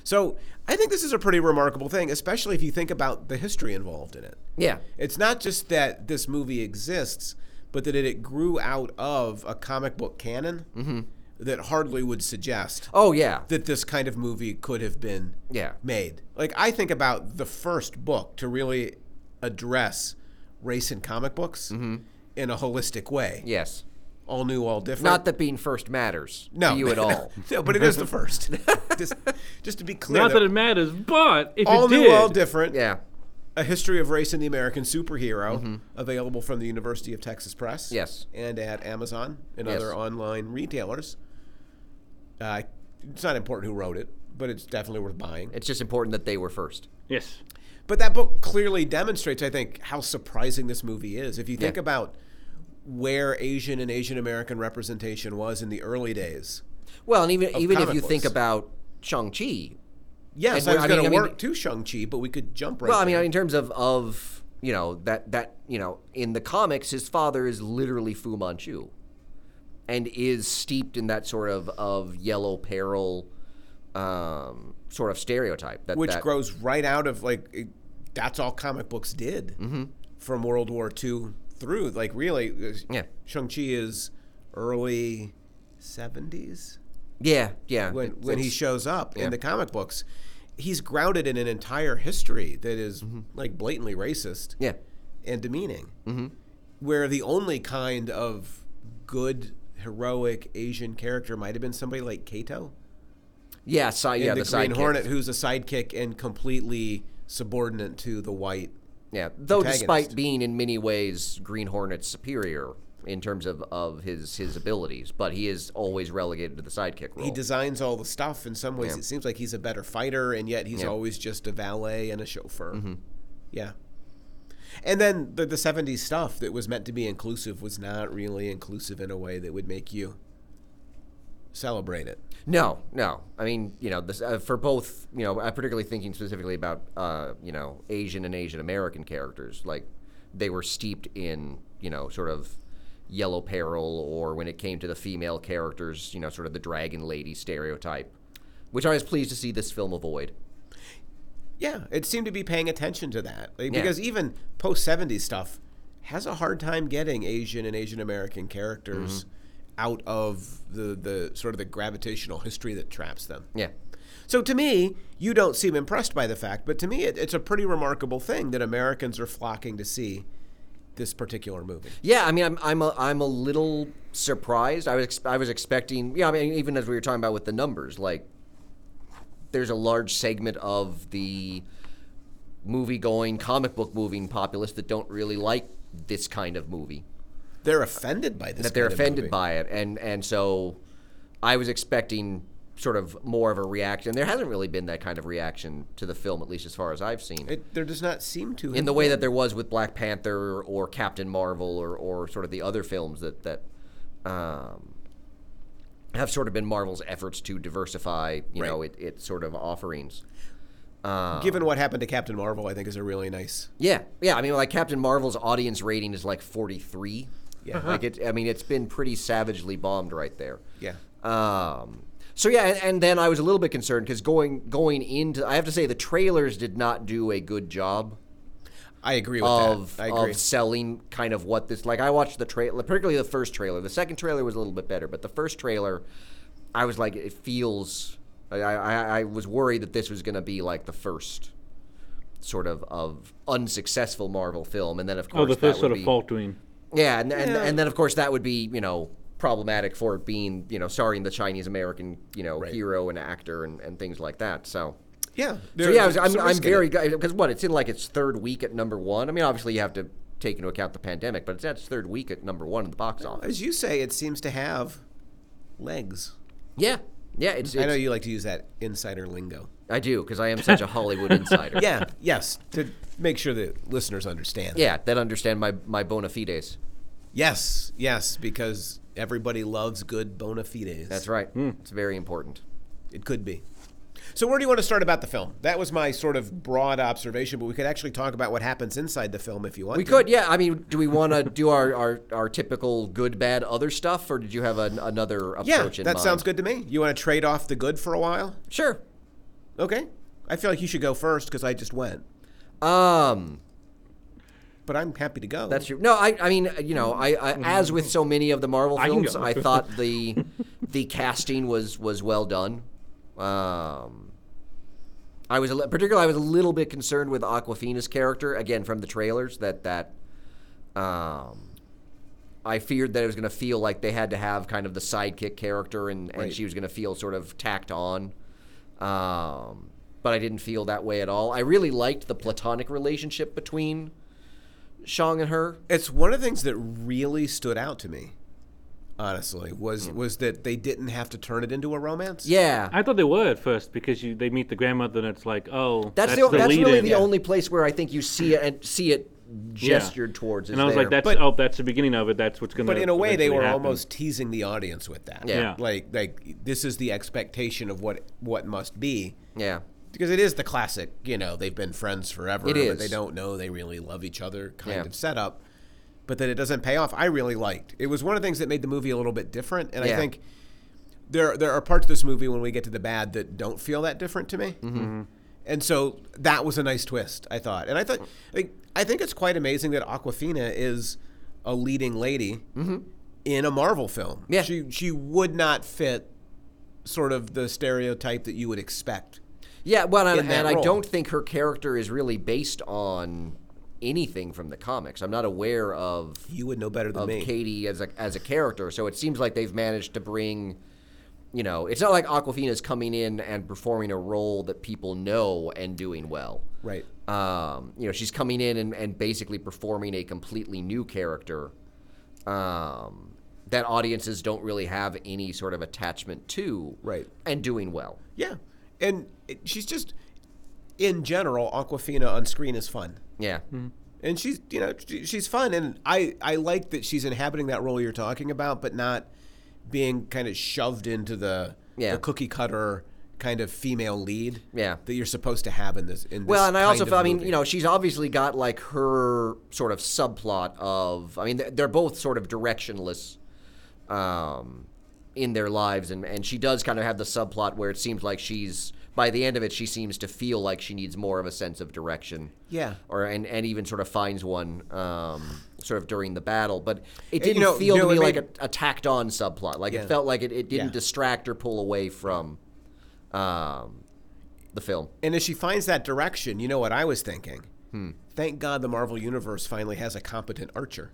Speaker 3: So I think this is a pretty remarkable thing, especially if you think about the history involved in it.
Speaker 1: Yeah.
Speaker 3: It's not just that this movie exists, but that it, it grew out of a comic book canon that hardly would suggest
Speaker 1: Mm-hmm. Oh yeah.
Speaker 3: that this kind of movie could have been
Speaker 1: Yeah.
Speaker 3: made. Like I think about the first book to really address race in comic books
Speaker 1: Mm-hmm.
Speaker 3: in a holistic way.
Speaker 1: Yes.
Speaker 3: All new, all different.
Speaker 1: Not that being first matters
Speaker 3: no,
Speaker 1: to you at all.
Speaker 3: no, but it is the first. just, just to be clear,
Speaker 2: Not
Speaker 3: though,
Speaker 2: that it matters, but if
Speaker 3: all
Speaker 2: it
Speaker 3: new,
Speaker 2: did,
Speaker 3: all different.
Speaker 1: yeah. Mm-hmm.
Speaker 3: A History of Race in the American Superhero, available from the University of Texas Press.
Speaker 1: Yes.
Speaker 3: And at Amazon and
Speaker 1: Yes.
Speaker 3: other online retailers. Uh, it's not important who wrote it, but it's definitely worth buying.
Speaker 1: It's just important that they were first.
Speaker 2: yes,
Speaker 3: But that book clearly demonstrates, I think, how surprising this movie is. If you think
Speaker 1: Yeah.
Speaker 3: about where Asian and Asian American representation was in the early days.
Speaker 1: Well, and even even if
Speaker 3: comic
Speaker 1: you think
Speaker 3: books.
Speaker 1: about Shang Chi,
Speaker 3: Yes,
Speaker 1: And
Speaker 3: I was
Speaker 1: I mean-
Speaker 3: going
Speaker 1: I
Speaker 3: to
Speaker 1: mean-
Speaker 3: work to Shang-Chi, but we could jump right
Speaker 1: Well, I mean,
Speaker 3: there.
Speaker 1: in terms of of you know that that you know in the comics, his father is literally Fu Manchu, and is steeped in that sort of of yellow peril, um, sort of stereotype. That
Speaker 3: which
Speaker 1: that,
Speaker 3: grows right out of like it- that's all comic books did
Speaker 1: Mm-hmm.
Speaker 3: from World War II through like really
Speaker 1: Yeah.
Speaker 3: Shang Chi is early seventies
Speaker 1: yeah, yeah.
Speaker 3: when
Speaker 1: it's-
Speaker 3: when he
Speaker 1: it's-
Speaker 3: shows up
Speaker 1: yeah.
Speaker 3: in the comic books. He's grounded in an entire history that is, like blatantly racist
Speaker 1: Mm-hmm. yeah, Mm-hmm.
Speaker 3: and demeaning. Where the only kind of good heroic Asian character might have been somebody like Kato
Speaker 1: yeah, si- yeah,
Speaker 3: and
Speaker 1: the,
Speaker 3: the, Green
Speaker 1: sidekick.
Speaker 3: Hornet, who's a sidekick and completely subordinate to the white.
Speaker 1: Yeah, though
Speaker 3: protagonist.
Speaker 1: despite being in many ways Green Hornet's superior in terms of of his his abilities, but he is always relegated to the sidekick role.
Speaker 3: He designs all the stuff. In some ways,
Speaker 1: Yeah.
Speaker 3: it seems like he's a better fighter, and yet he's
Speaker 1: Yeah. Mm-hmm.
Speaker 3: always just a valet and a chauffeur. Yeah. And then the, the 70s stuff that was meant to be inclusive was not really inclusive in a way that would make you celebrate it.
Speaker 1: No, no. I mean, you know, this, uh, for both, you know, I'm particularly thinking specifically about, uh, you know, Asian and Asian American characters. Like, they were steeped in, you know, sort of yellow peril, or when it came to the female characters, you know, sort of the dragon lady stereotype, which I was pleased to see this film avoid.
Speaker 3: Yeah, it seemed to be paying attention to that like, because even post 70s stuff has a hard time getting Asian and Asian American characters
Speaker 1: Mm-hmm.
Speaker 3: out of the, the sort of the gravitational history that traps them.
Speaker 1: Yeah.
Speaker 3: So to me, you don't seem impressed by the fact, but to me, it, it's a pretty remarkable thing that Americans are flocking to see this particular movie.
Speaker 1: Yeah, I mean, I'm I'm a, I'm a little surprised. I was ex- I was expecting, yeah, I mean, even as we were talking about with the numbers, like there's a large segment of the movie going, comic book moving populace that don't really like this kind of movie.
Speaker 3: They're offended by this.
Speaker 1: That they're
Speaker 3: kind of
Speaker 1: offended
Speaker 3: movie.
Speaker 1: by it, and and so I was expecting sort of more of a reaction. There hasn't really been that kind of reaction to the film, at least as far as I've seen
Speaker 3: It, there does not seem to.
Speaker 1: in the way that there was with Black Panther or Captain Marvel or, or sort of the other films that that um, have sort of been Marvel's efforts to diversify, you know, it, its sort of offerings.
Speaker 3: Given what happened to Captain Marvel, I think is a really nice.
Speaker 1: Yeah, yeah. I mean, like Captain Marvel's audience rating is like forty three. Yeah, like it. I mean, it's been pretty savagely bombed right there.
Speaker 3: Yeah.
Speaker 1: Um, so yeah, and, and then I was a little bit concerned because going going into, I have to say, the trailers did not do a good job
Speaker 3: I agree with
Speaker 1: of
Speaker 3: that. I agree.
Speaker 1: of selling kind of what this. Like I watched the trailer, particularly the first trailer. The second trailer was a little bit better, but the first trailer, I was like, it feels. I I, I was worried that this was going to be like the first sort of of unsuccessful Marvel film, and then of course
Speaker 2: Oh, the
Speaker 1: that
Speaker 2: first
Speaker 1: would
Speaker 2: sort of
Speaker 1: be-
Speaker 2: faltering.
Speaker 1: yeah, and, and
Speaker 3: Yeah.
Speaker 1: and then of course that would be you know problematic for it being you know starring the Chinese American you know
Speaker 3: Right.
Speaker 1: hero and actor and, and things like that. So.
Speaker 3: yeah.
Speaker 1: So yeah, I was, I'm, I'm very because what it's in like its third week at number one. I mean, obviously you have to take into account the pandemic, but it's at its third week at number one in the box office.
Speaker 3: As you say, it seems to have legs.
Speaker 1: Yeah, yeah, it's. it's
Speaker 3: I know you like to use that insider lingo.
Speaker 1: I do because I am such a Hollywood insider.
Speaker 3: Yeah. yes. To make sure that listeners understand.
Speaker 1: yeah, that understand my my bona fides.
Speaker 3: Yes. Yes. Because everybody loves good bona fides.
Speaker 1: That's right.
Speaker 3: Hmm.
Speaker 1: It's very important.
Speaker 3: It could be. So where do you want to start about the film? That was my sort of broad observation, but we could actually talk about what happens inside the film if you want.
Speaker 1: We
Speaker 3: to.
Speaker 1: could, yeah. I mean, do we want to do our, our, our typical good, bad, other stuff, or did you have an, another approach
Speaker 3: Yeah,
Speaker 1: in
Speaker 3: that
Speaker 1: mind?
Speaker 3: sounds good to me. You want to trade off the good for a while?
Speaker 1: Sure.
Speaker 3: Okay. I feel like you should go first because I just went,
Speaker 1: Um,
Speaker 3: but I'm happy to go.
Speaker 1: That's true. No, I, I mean, you know, I, I
Speaker 3: Mm-hmm.
Speaker 1: as with so many of the Marvel
Speaker 2: can
Speaker 1: films,
Speaker 2: go.
Speaker 1: I thought the the casting was was well done. Um, I was a, li- particularly I was a little bit concerned with Aquafina's character again from the trailers that that um, I feared that it was going to feel like they had to have kind of the sidekick character and, and
Speaker 3: Right.
Speaker 1: she was going to feel sort of tacked on. Um, but I didn't feel that way at all. I really liked the platonic relationship between Shang and her.
Speaker 3: It's one of the things that really stood out to me, honestly, was was that they didn't have to turn it into a romance.
Speaker 1: Yeah.
Speaker 2: I thought they were at first because you they meet the grandmother and it's like, oh,
Speaker 1: that's, the, that's
Speaker 2: lead
Speaker 1: really
Speaker 2: in.
Speaker 1: the only place where I think you see it and see it
Speaker 2: Yeah.
Speaker 1: gestured towards. Is
Speaker 2: And I was
Speaker 1: there.
Speaker 2: like, that's
Speaker 3: But-
Speaker 2: oh, that's the beginning of it. That's what's going to.
Speaker 3: But in a way, they were almost teasing the audience with that.
Speaker 1: Yeah. Yeah.
Speaker 3: Like like this is the expectation of what what must be.
Speaker 1: yeah,
Speaker 3: Because it is the classic, you know, they've been friends forever,
Speaker 1: It
Speaker 3: but
Speaker 1: is.
Speaker 3: they don't know they really love each other kind
Speaker 1: Yeah.
Speaker 3: of setup. But that it doesn't pay off. I really liked. It was one of the things that made the movie a little bit different, and I
Speaker 1: Yeah.
Speaker 3: think there there are parts of this movie when we get to the bad that don't feel that different to me. Mm-hmm. And so that was a nice twist, I thought. And I thought, like, I think it's quite amazing that Aquafina is a leading lady in a Marvel film.
Speaker 1: Mm-hmm. Yeah.
Speaker 3: she she would not fit sort of the stereotype that you would expect.
Speaker 1: yeah. Well, and,
Speaker 3: in that
Speaker 1: and I
Speaker 3: role.
Speaker 1: don't think her character is really based on anything from the comics. I'm not aware of
Speaker 3: You would know better than
Speaker 1: of
Speaker 3: me.
Speaker 1: Katie as a as a character. So it seems like they've managed to bring. You know, it's not like Aquafina's coming in and performing a role that people know and doing well.
Speaker 3: Right.
Speaker 1: um, you know, she's coming in and, and basically performing a completely new character um, that audiences don't really have any sort of attachment to,
Speaker 3: Right.
Speaker 1: And doing well.
Speaker 3: Yeah. And it, she's just, in general, Aquafina on screen is fun.
Speaker 1: Yeah,
Speaker 3: And she's, you know, she, she's fun. And I, I like that she's inhabiting that role you're talking about, but not being kind of shoved into the,
Speaker 1: Yeah.
Speaker 3: the cookie cutter kind of female lead
Speaker 1: Yeah.
Speaker 3: that you're supposed to have in this. In this
Speaker 1: well, and I
Speaker 3: kind
Speaker 1: also,
Speaker 3: of
Speaker 1: felt, I mean,
Speaker 3: movie.
Speaker 1: you know, she's obviously got like her sort of subplot of, I mean, they're- they're both sort of directionless um, in their lives, and and she does kind of have the subplot where it seems like she's by the end of it, she seems to feel like she needs more of a sense of direction.
Speaker 3: Yeah.
Speaker 1: or and, and even sort of finds one um, sort of during the battle. But it
Speaker 3: Eh, you
Speaker 1: didn't
Speaker 3: know-
Speaker 1: feel
Speaker 3: you know,
Speaker 1: to me
Speaker 3: it
Speaker 1: like
Speaker 3: made-
Speaker 1: a, a tacked on subplot. Like
Speaker 3: Yeah.
Speaker 1: it felt like it, it didn't
Speaker 3: Yeah.
Speaker 1: distract or pull away from um, the film.
Speaker 3: And as she finds that direction, you know what I was thinking?
Speaker 1: Hmm.
Speaker 3: Thank God the Marvel Universe finally has a competent archer.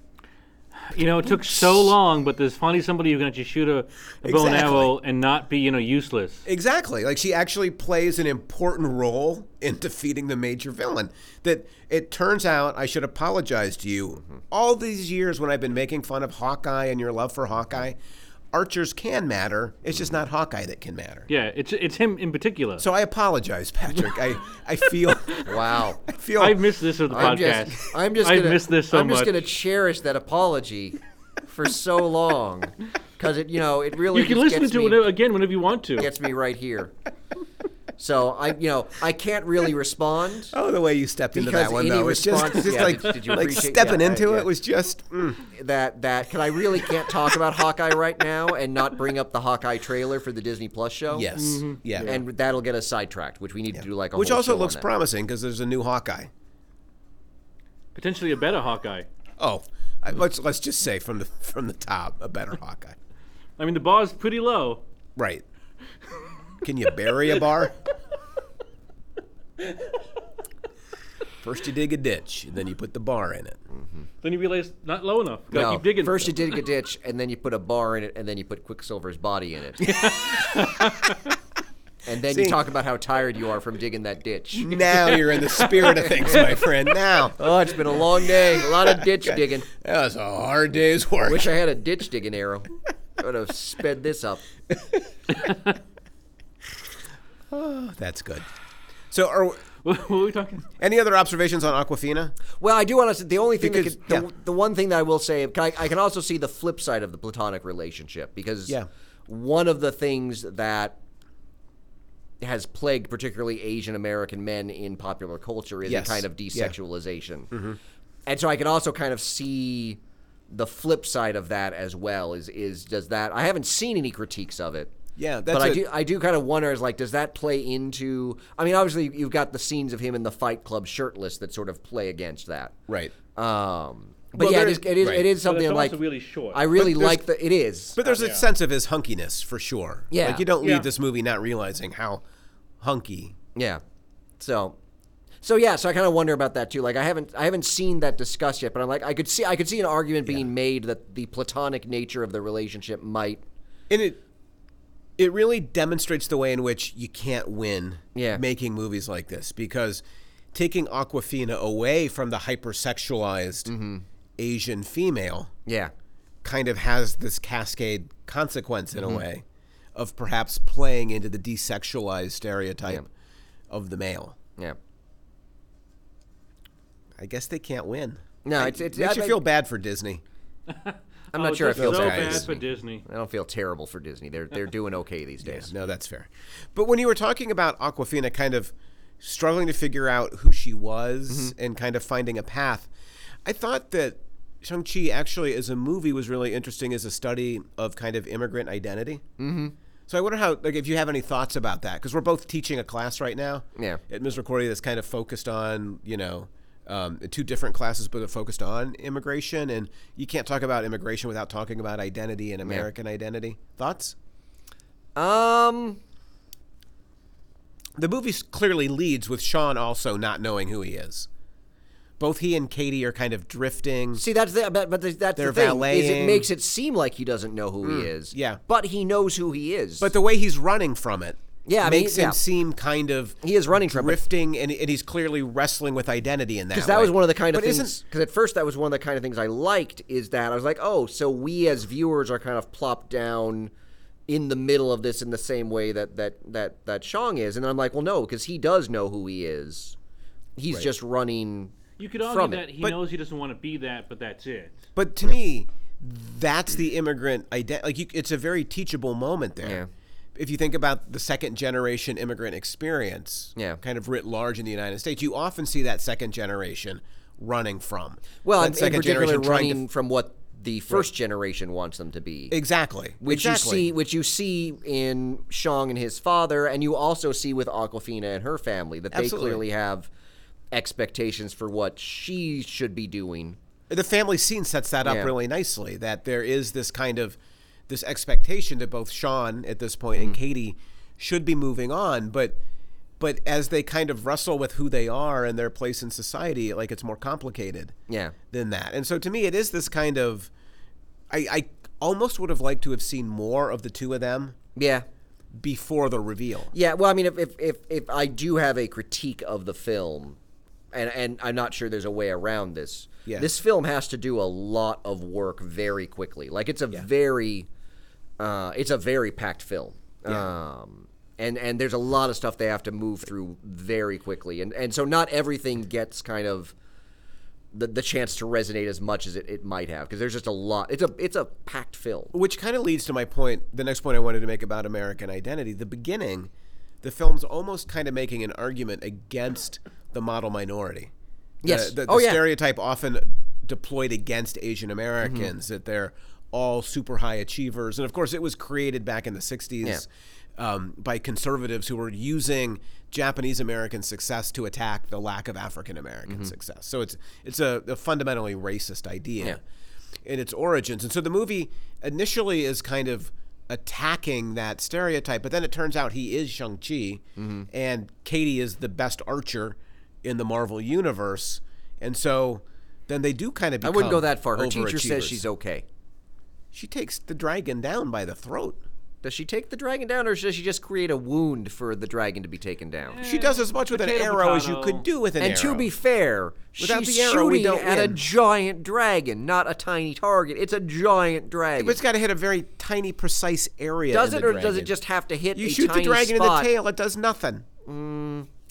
Speaker 2: You know, it took so long, but there's finally somebody who can actually shoot a, a bow and
Speaker 3: Exactly.
Speaker 2: arrow and not be, you know, useless.
Speaker 3: Exactly. Like she actually plays an important role in defeating the major villain. That it turns out I should apologize to you. All these years when I've been making fun of Hawkeye and your love for Hawkeye, archers can matter. It's just not Hawkeye that can matter.
Speaker 2: Yeah, it's it's him in particular.
Speaker 3: So I apologize, Patrick. I, I feel
Speaker 1: Wow.
Speaker 3: I feel
Speaker 2: I've missed this of the
Speaker 1: I'm
Speaker 2: podcast.
Speaker 1: just, I'm just
Speaker 2: I've
Speaker 1: gonna,
Speaker 2: missed this so
Speaker 1: I'm just
Speaker 2: much.
Speaker 1: gonna cherish that apology for so long because it you know it really
Speaker 2: You can
Speaker 1: just
Speaker 2: listen
Speaker 1: gets
Speaker 2: to
Speaker 1: me,
Speaker 2: it again whenever you want to.
Speaker 1: gets me right here. So I you know I can't really respond.
Speaker 3: Oh, the way you stepped into
Speaker 1: Because
Speaker 3: that one
Speaker 1: any
Speaker 3: though, was just,
Speaker 1: response-
Speaker 3: just
Speaker 1: yeah,
Speaker 3: like,
Speaker 1: did- did you
Speaker 3: like
Speaker 1: appreciate-
Speaker 3: stepping
Speaker 1: yeah,
Speaker 3: into
Speaker 1: yeah.
Speaker 3: it was just. Mm.
Speaker 1: that that because I really can't talk about Hawkeye right now and not bring up the Hawkeye trailer for the Disney Plus show.
Speaker 3: Yes.
Speaker 1: Mm-hmm.
Speaker 3: Yeah.
Speaker 1: and that'll get us sidetracked, which we need to do like a
Speaker 3: Which
Speaker 1: whole
Speaker 3: also
Speaker 1: show on
Speaker 3: looks
Speaker 1: that.
Speaker 3: promising because there's a new Hawkeye.
Speaker 2: Potentially a better Hawkeye.
Speaker 3: Oh, I, let's let's just say from the from the top, a better Hawkeye.
Speaker 2: I mean, the bar's pretty low.
Speaker 3: Right. Can you bury a bar? First, you dig a ditch, and then you put the bar in it.
Speaker 2: Then you realize not low enough. Gotta
Speaker 1: No,
Speaker 2: keep digging.
Speaker 1: first you dig a ditch, and then you put a bar in it, and then you put Quicksilver's body in it. and then you
Speaker 3: See-
Speaker 1: talk about how tired you are from digging that ditch.
Speaker 3: Now you're in the spirit of things, my friend. Now
Speaker 1: Oh, it's been a long day, a lot of ditch digging.
Speaker 3: that was a hard day's work.
Speaker 1: Wish I had a ditch digging arrow. I would have sped this up.
Speaker 3: That's good. So, are
Speaker 2: what were we talking?
Speaker 3: any other observations on Aquafina?
Speaker 1: Well, I do want to. say The only thing,
Speaker 3: Because-
Speaker 1: that could, the,
Speaker 3: yeah.
Speaker 1: the one thing that I will say, can I, I can also see the flip side of the platonic relationship because
Speaker 3: Yeah.
Speaker 1: one of the things that has plagued particularly Asian American men in popular culture is
Speaker 3: Yes.
Speaker 1: a kind of
Speaker 3: Yeah. Mm-hmm.
Speaker 1: desexualization, and so I can also kind of see the flip side of that as well. Is is does that? I haven't seen any critiques of it.
Speaker 3: Yeah, that's
Speaker 1: but I
Speaker 3: a-
Speaker 1: do I do kind of wonder is like does that play into I mean obviously you've got the scenes of him in the Fight Club shirtless that sort of play against that.
Speaker 3: Right.
Speaker 1: Um but
Speaker 3: Well,
Speaker 1: yeah,
Speaker 3: there-
Speaker 1: it is, it is
Speaker 3: right.
Speaker 1: it is
Speaker 2: But
Speaker 1: something
Speaker 2: it's
Speaker 1: like
Speaker 2: also really short.
Speaker 1: I really
Speaker 3: But there's-
Speaker 1: like the it is.
Speaker 3: But there's a sense of his hunkiness for sure.
Speaker 1: Yeah.
Speaker 3: Like you don't leave
Speaker 2: Yeah.
Speaker 3: this movie not realizing how hunky.
Speaker 1: yeah. So so yeah, so I kind of wonder about that too. Like I haven't I haven't seen that discussed yet, but I'm like I could see I could see an argument being made that the platonic nature of the relationship might
Speaker 3: And it it really demonstrates the way in which you can't win
Speaker 1: Yeah.
Speaker 3: making movies like this because taking Aquafina away from the hypersexualized
Speaker 1: Mm-hmm.
Speaker 3: Asian female
Speaker 1: yeah.
Speaker 3: kind of has this cascade consequence
Speaker 1: Mm-hmm.
Speaker 3: in a way of perhaps playing into the desexualized stereotype of the male.
Speaker 1: Yeah.
Speaker 3: I guess they can't win.
Speaker 1: No,
Speaker 3: I-
Speaker 1: it's- it's-
Speaker 3: makes
Speaker 1: I
Speaker 3: you
Speaker 1: think-
Speaker 3: feel bad for Disney.
Speaker 1: I'm
Speaker 2: Oh,
Speaker 1: not sure I
Speaker 2: this is
Speaker 1: feel
Speaker 2: so
Speaker 1: bad.
Speaker 2: bad
Speaker 1: for
Speaker 2: for
Speaker 1: Disney.
Speaker 2: Disney.
Speaker 1: I don't feel terrible for Disney. They're they're doing okay these days.
Speaker 3: No, that's fair. But when you were talking about Aquafina kind of struggling to figure out who she was
Speaker 1: Mm-hmm.
Speaker 3: and kind of finding a path, I thought that Shang-Chi actually as a movie was really interesting as a study of kind of immigrant identity. Mm-hmm. So I wonder how, like, if you have any thoughts about that, because we're both teaching a class right now
Speaker 1: Yeah.
Speaker 3: at Misericordia that's kind of focused on, you know, um, two different classes, but are focused on immigration. And you can't talk about immigration without talking about identity and American identity. Thoughts?
Speaker 1: Um
Speaker 3: The movie s- clearly leads with Sean also not knowing who he is. Both he and Katie are kind of drifting.
Speaker 1: See, that's the but, but that's
Speaker 3: They're
Speaker 1: the thing is
Speaker 3: valeting. Hmm,
Speaker 1: it makes it seem like he doesn't know who he is.
Speaker 3: yeah.
Speaker 1: but he knows who he is.
Speaker 3: But the way he's running from it
Speaker 1: Yeah, I mean,
Speaker 3: makes him
Speaker 1: yeah.
Speaker 3: seem kind of
Speaker 1: he is running from it.
Speaker 3: drifting, and, and he's clearly wrestling with identity in that.
Speaker 1: Because that was
Speaker 3: way.
Speaker 1: one of the kind of
Speaker 3: But isn't-
Speaker 1: things. Because at first, that was one of the kind of things I liked is that I was like, oh, so we as viewers are kind of plopped down in the middle of this in the same way that that that that Shang is, and I'm like, well, no, because he does know who he is. He's just running.
Speaker 2: You could argue
Speaker 1: from it. Mm.
Speaker 2: that he
Speaker 3: But-
Speaker 2: knows he doesn't want to be that, but that's it.
Speaker 3: But to me, that's the immigrant identity. Like, you, it's a very teachable moment there.
Speaker 1: Yeah.
Speaker 3: If you think about the second generation immigrant experience,
Speaker 1: Yeah.
Speaker 3: kind of writ large in the United States, you often see that second generation running from.
Speaker 1: Well,
Speaker 3: that
Speaker 1: in, in
Speaker 3: second
Speaker 1: particular,
Speaker 3: generation trying to-
Speaker 1: running from what the first generation wants them to be.
Speaker 3: exactly,
Speaker 1: which
Speaker 3: exactly.
Speaker 1: you see which you see in Shang and his father and you also see with Aquafina and her family that
Speaker 3: Absolutely.
Speaker 1: they clearly have expectations for what she should be doing.
Speaker 3: the family scene sets that up
Speaker 1: Yeah.
Speaker 3: really nicely that there is this kind of this expectation that both sean at this point
Speaker 1: Mm-hmm.
Speaker 3: and katie should be moving on but but as they kind of wrestle with who they are and their place in society like it's more complicated
Speaker 1: Yeah.
Speaker 3: than that and so to me it is this kind of i i almost would have liked to have seen more of the two of them
Speaker 1: Yeah.
Speaker 3: before the reveal
Speaker 1: Yeah, well I mean if if if, if I do have a critique of the film and and I'm not sure there's a way around this.
Speaker 3: Yeah.
Speaker 1: This film has to do a lot of work very quickly. Like it's a very uh, it's a very packed film. Um, and and there's a lot of stuff they have to move through very quickly, and and so not everything gets kind of the, the chance to resonate as much as it, it might have because there's just a lot. It's a it's a packed film.
Speaker 3: Which kind of leads to my point, the next point I wanted to make about American identity. The beginning, the film's almost kind of making an argument against the model minority. The-
Speaker 1: Yes.
Speaker 3: The, the
Speaker 1: Oh, yeah.
Speaker 3: stereotype often deployed against Asian Americans that they're all super high achievers. And of course, it was created back in the 60s. Um, by conservatives who were using Japanese American success to attack the lack of African American success, so it's it's a, a fundamentally racist idea
Speaker 1: Yeah.
Speaker 3: in its origins. And so the movie initially is kind of attacking that stereotype, but then it turns out he is Shang-Chi, and Katie is the best archer in the Marvel universe. And so then they do kind of
Speaker 1: I
Speaker 3: become
Speaker 1: wouldn't go that far. Her teacher says
Speaker 3: overachievers.
Speaker 1: she's okay.
Speaker 3: She takes the dragon down by the throat.
Speaker 1: Does she take the dragon down, or does she just create a wound for the dragon to be taken down?
Speaker 3: She does as much with an
Speaker 2: Mm. Potato,
Speaker 3: arrow as you
Speaker 2: potato.
Speaker 3: could do with an
Speaker 1: and
Speaker 3: arrow.
Speaker 1: to be fair,
Speaker 3: Without
Speaker 1: she's
Speaker 3: the arrow, we
Speaker 1: shooting
Speaker 3: don't
Speaker 1: at a
Speaker 3: win.
Speaker 1: giant dragon, not a tiny target. It's a giant dragon.
Speaker 3: but it's got to hit a very tiny, precise area.
Speaker 1: does
Speaker 3: in
Speaker 1: it,
Speaker 3: the
Speaker 1: or does it
Speaker 3: dragon.
Speaker 1: just have to hit?
Speaker 3: You
Speaker 1: a
Speaker 3: shoot the
Speaker 1: tiny
Speaker 3: dragon
Speaker 1: spot?
Speaker 3: in the tail; it does nothing.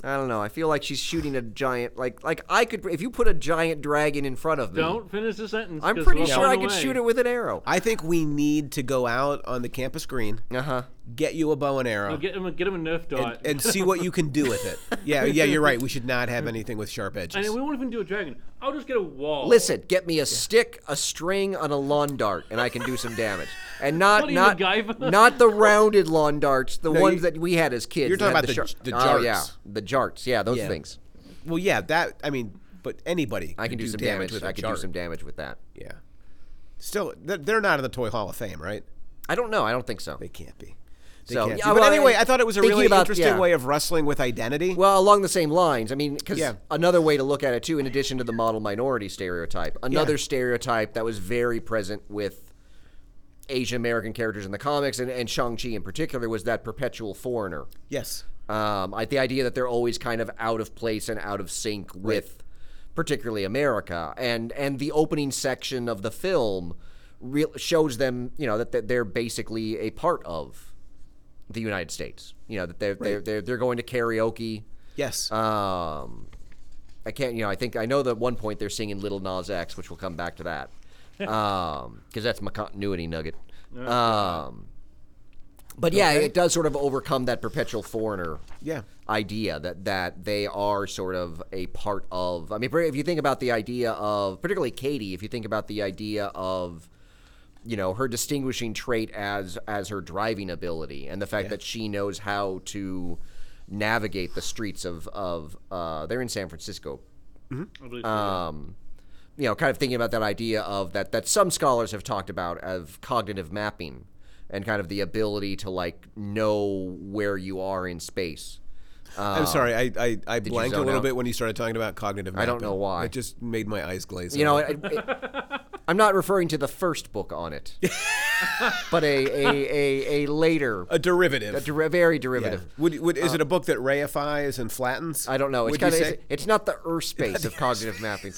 Speaker 1: I don't know. I feel like she's shooting a giant. Like like I could if you put a giant dragon in front of me.
Speaker 2: Don't finish the sentence.
Speaker 1: I'm
Speaker 2: 'cause
Speaker 1: pretty
Speaker 2: we'll
Speaker 1: sure
Speaker 2: run
Speaker 1: I could
Speaker 2: away.
Speaker 1: shoot it with an arrow.
Speaker 3: I think we need to go out on the campus green,
Speaker 1: Uh huh.
Speaker 3: get you a bow and arrow,
Speaker 2: I'll get him. a- Get him a Nerf
Speaker 3: and,
Speaker 2: dot.
Speaker 3: and see what you can do with it. Yeah, yeah, you're right. We should not have anything with sharp edges.
Speaker 2: and we won't even do a dragon. I'll just get a wall.
Speaker 1: Listen, get me a stick, a string, and a lawn dart, and I can do some damage. And not
Speaker 2: Bloody
Speaker 1: not
Speaker 2: MacGyver.
Speaker 1: not the rounded lawn darts, the
Speaker 3: No,
Speaker 1: ones
Speaker 3: you-
Speaker 1: that we had as kids.
Speaker 3: you're
Speaker 1: that
Speaker 3: talking
Speaker 1: had
Speaker 3: about the
Speaker 1: shar-
Speaker 3: j- the
Speaker 1: Oh, yeah,
Speaker 3: jarts.
Speaker 1: the jarts. Yeah, those
Speaker 3: Yeah.
Speaker 1: things.
Speaker 3: Well, yeah, that. I mean, but anybody.
Speaker 1: I can do, some damage.
Speaker 3: with a
Speaker 1: I can
Speaker 3: dart.
Speaker 1: do some damage with that.
Speaker 3: Yeah. Still, they're- they're not in the toy hall of fame, right?
Speaker 1: I don't know. I don't think so.
Speaker 3: They can't be. They
Speaker 1: So-
Speaker 3: can't
Speaker 1: yeah,
Speaker 3: be.
Speaker 1: well,
Speaker 3: but anyway,
Speaker 1: I-
Speaker 3: I thought it was a
Speaker 1: thinking
Speaker 3: really
Speaker 1: about-
Speaker 3: interesting
Speaker 1: yeah.
Speaker 3: way of wrestling with identity.
Speaker 1: Well, along the same lines, I mean, because
Speaker 3: Yeah.
Speaker 1: another way to look at it too, in addition to the model minority stereotype, another
Speaker 3: Yeah.
Speaker 1: stereotype that was very present with Asian American characters in the comics and, and Shang Chi in particular was that perpetual foreigner.
Speaker 3: yes.
Speaker 1: Um, I, the idea that they're always kind of out of place and out of sync with, particularly America, and and the opening section of the film real shows them, you know, that that they're basically a part of the United States. You know that they're they're, they're they're going to karaoke.
Speaker 3: Yes.
Speaker 1: Um, I can't, you know, I think I know that at one point they're singing Little Nas X, which we'll come back to that, because that's my continuity nugget. Um, but yeah, it does sort of overcome that perpetual foreigner
Speaker 3: yeah.
Speaker 1: idea that that they are sort of a part of. I mean, if you think about the idea of, particularly Katie, if you think about the idea of, you know, her distinguishing trait as as her driving ability and the fact that she knows how to navigate the streets of of uh, they're in San Francisco,
Speaker 2: I believe so.
Speaker 3: uh,
Speaker 1: um, you know, kind of thinking about that idea of that that some scholars have talked about of cognitive mapping and kind of the ability to like know where you are in space.
Speaker 3: I'm sorry. I I, I blanked a
Speaker 1: zone
Speaker 3: little
Speaker 1: out?
Speaker 3: bit when you started talking about cognitive.
Speaker 1: I don't
Speaker 3: mapping.
Speaker 1: know why.
Speaker 3: It just made my eyes glaze.
Speaker 1: You know,
Speaker 3: over.
Speaker 1: it, it- I'm not referring to the first book on it, but a a, a, a later,
Speaker 3: a derivative.
Speaker 1: a deri- very
Speaker 3: Yeah.
Speaker 1: derivative.
Speaker 3: Would, would, is it a book that reifies and flattens?
Speaker 1: I don't know. It's
Speaker 3: Would you
Speaker 1: kind of
Speaker 3: say?
Speaker 1: it's, it's not the Earth space of cognitive mapping.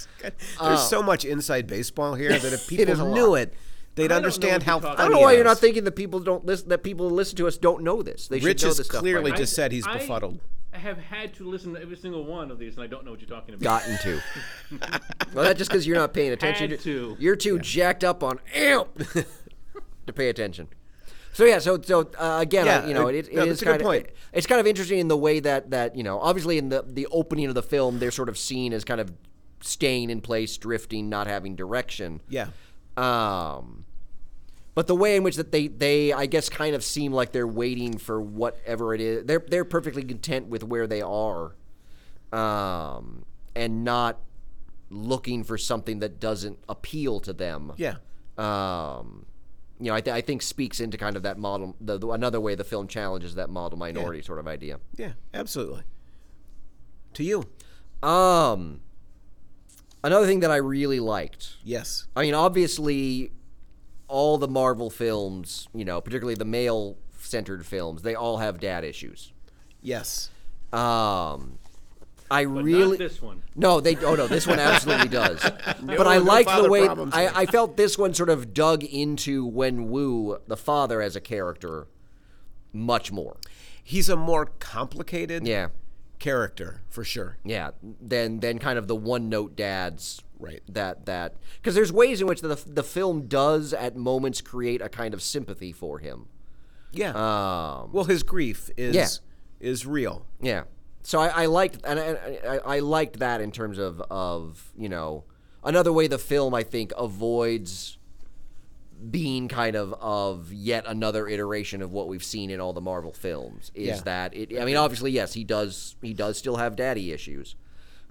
Speaker 3: There's so much inside baseball here that if
Speaker 1: uh, is a
Speaker 3: people
Speaker 1: lot.
Speaker 3: knew it, they'd
Speaker 2: know what
Speaker 3: understand how.
Speaker 2: you're talking
Speaker 1: I don't
Speaker 2: about.
Speaker 1: know why
Speaker 3: funny it
Speaker 1: you're not
Speaker 3: is.
Speaker 1: thinking that people don't listen that people who listen to us don't know this. They
Speaker 3: Rich
Speaker 1: should know
Speaker 3: is
Speaker 1: this stuff by
Speaker 3: clearly
Speaker 1: now.
Speaker 3: just said he's
Speaker 2: I
Speaker 3: befuddled.
Speaker 2: have had to listen to every single one of these, and I don't know what you're talking about.
Speaker 1: gotten to. well, that's just because you're not paying attention.
Speaker 2: Had
Speaker 1: You're-
Speaker 2: to.
Speaker 1: You're too jacked up on amp to pay attention. So yeah, so so uh, again,
Speaker 3: Yeah,
Speaker 1: I- you know,
Speaker 3: uh,
Speaker 1: it, it
Speaker 3: no,
Speaker 1: is
Speaker 3: that's a good
Speaker 1: kind of
Speaker 3: point.
Speaker 1: it- it's kind of interesting in the way that that you know, obviously in the the opening of the film, they're sort of seen as kind of staying in place, drifting, not having direction.
Speaker 3: Yeah.
Speaker 1: Um, but the way in which that they, they I guess kind of seem like they're waiting for whatever it is. They're they're perfectly content with where they are, um, and not looking for something that doesn't appeal to them.
Speaker 3: Yeah.
Speaker 1: Um, you know, I, th- I think speaks into kind of that model. The, the, another way the film challenges that model minority sort of idea.
Speaker 3: Yeah. Absolutely. To you.
Speaker 1: Um, another thing that I really liked
Speaker 3: Yes.
Speaker 1: I mean, obviously, all the Marvel films, you know, particularly the male-centered films, they all have dad issues.
Speaker 3: Yes.
Speaker 1: Um, I
Speaker 2: But
Speaker 1: really
Speaker 2: Not this one.
Speaker 1: no, they. Oh no, this one absolutely does. but I
Speaker 3: no
Speaker 1: like
Speaker 3: father
Speaker 1: the way
Speaker 3: problems here.
Speaker 1: I, I felt this one sort of dug into Wen Wu, the father, as a character, much more.
Speaker 3: He's a more complicated
Speaker 1: Yeah,
Speaker 3: character for sure.
Speaker 1: yeah. Than than kind of the one-note dads
Speaker 3: Right.
Speaker 1: that that because there's ways in which the the film does at moments create a kind of sympathy for him.
Speaker 3: Yeah.
Speaker 1: Um,
Speaker 3: well, his grief is
Speaker 1: Yeah.
Speaker 3: is real.
Speaker 1: yeah, so I, I liked and I, I, I liked that in terms of of you know another way the film I think avoids being kind of of yet another iteration of what we've seen in all the Marvel films is
Speaker 3: Yeah.
Speaker 1: that it I mean obviously yes he does he does still have daddy issues.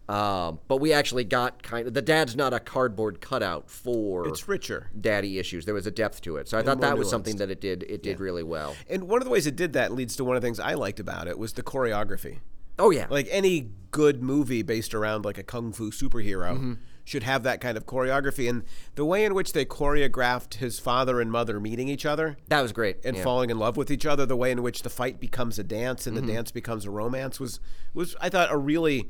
Speaker 1: Um, but we actually got kind of the dad's not a cardboard cutout for
Speaker 3: It's richer.
Speaker 1: daddy issues. There was a depth to it, so I thought
Speaker 3: more
Speaker 1: that was
Speaker 3: nuanced.
Speaker 1: something that it did. It did really well.
Speaker 3: And one of the ways it did that leads to one of the things I liked about it was the choreography.
Speaker 1: Oh yeah,
Speaker 3: Like any good movie based around like a kung fu superhero
Speaker 1: Mm-hmm.
Speaker 3: should have that kind of choreography. And the way in which they choreographed his father and mother meeting each other
Speaker 1: that was great.
Speaker 3: and
Speaker 1: yeah.
Speaker 3: falling in love with each other, the way in which the fight becomes a dance and
Speaker 1: Mm-hmm.
Speaker 3: the dance becomes a romance was was I thought a really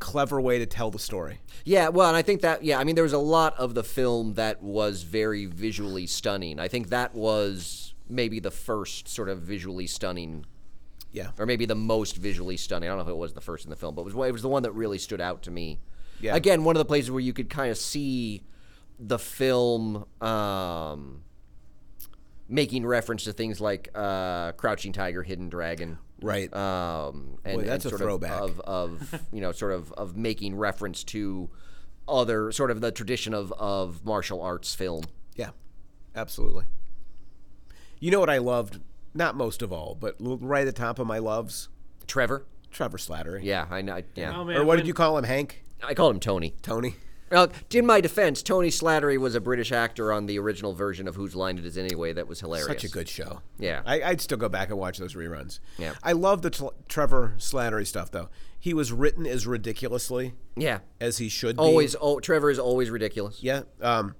Speaker 3: clever way to tell the story.
Speaker 1: Yeah, well, and I think that yeah, I mean, there was a lot of the film that was very visually stunning. I think that was maybe the first sort of visually stunning,
Speaker 3: Yeah.
Speaker 1: or maybe the most visually stunning. I don't know if it was the first in the film, but it was it was the one that really stood out to me.
Speaker 3: Yeah.
Speaker 1: Again, one of the places where you could kind of see the film. Um, Making reference to things like uh, Crouching Tiger, Hidden Dragon,
Speaker 3: Right.
Speaker 1: um, and,
Speaker 3: Boy, that's
Speaker 1: and
Speaker 3: a
Speaker 1: sort
Speaker 3: throwback.
Speaker 1: of of, of you know sort of of making reference to other sort of the tradition of of martial arts film.
Speaker 3: Yeah, absolutely. You know what I loved? Not most of all, but l- right at the top of my loves,
Speaker 1: Trevor,
Speaker 3: Trevor Slattery.
Speaker 1: yeah, I know, yeah,
Speaker 2: Oh, man,
Speaker 3: or what
Speaker 2: when-
Speaker 3: did you call him, Hank?
Speaker 1: I called him Tony.
Speaker 3: Tony?
Speaker 1: Well, in my defense, Tony Slattery was a British actor on the original version of Whose Line It Is Anyway. That was hilarious.
Speaker 3: Such a good show.
Speaker 1: Yeah.
Speaker 3: I, I'd still go back and watch those reruns.
Speaker 1: Yeah.
Speaker 3: I love the tl- Trevor Slattery stuff, though. He was written as ridiculously
Speaker 1: yeah.
Speaker 3: as he should be.
Speaker 1: Always, oh, Trevor is always ridiculous.
Speaker 3: Yeah. Um,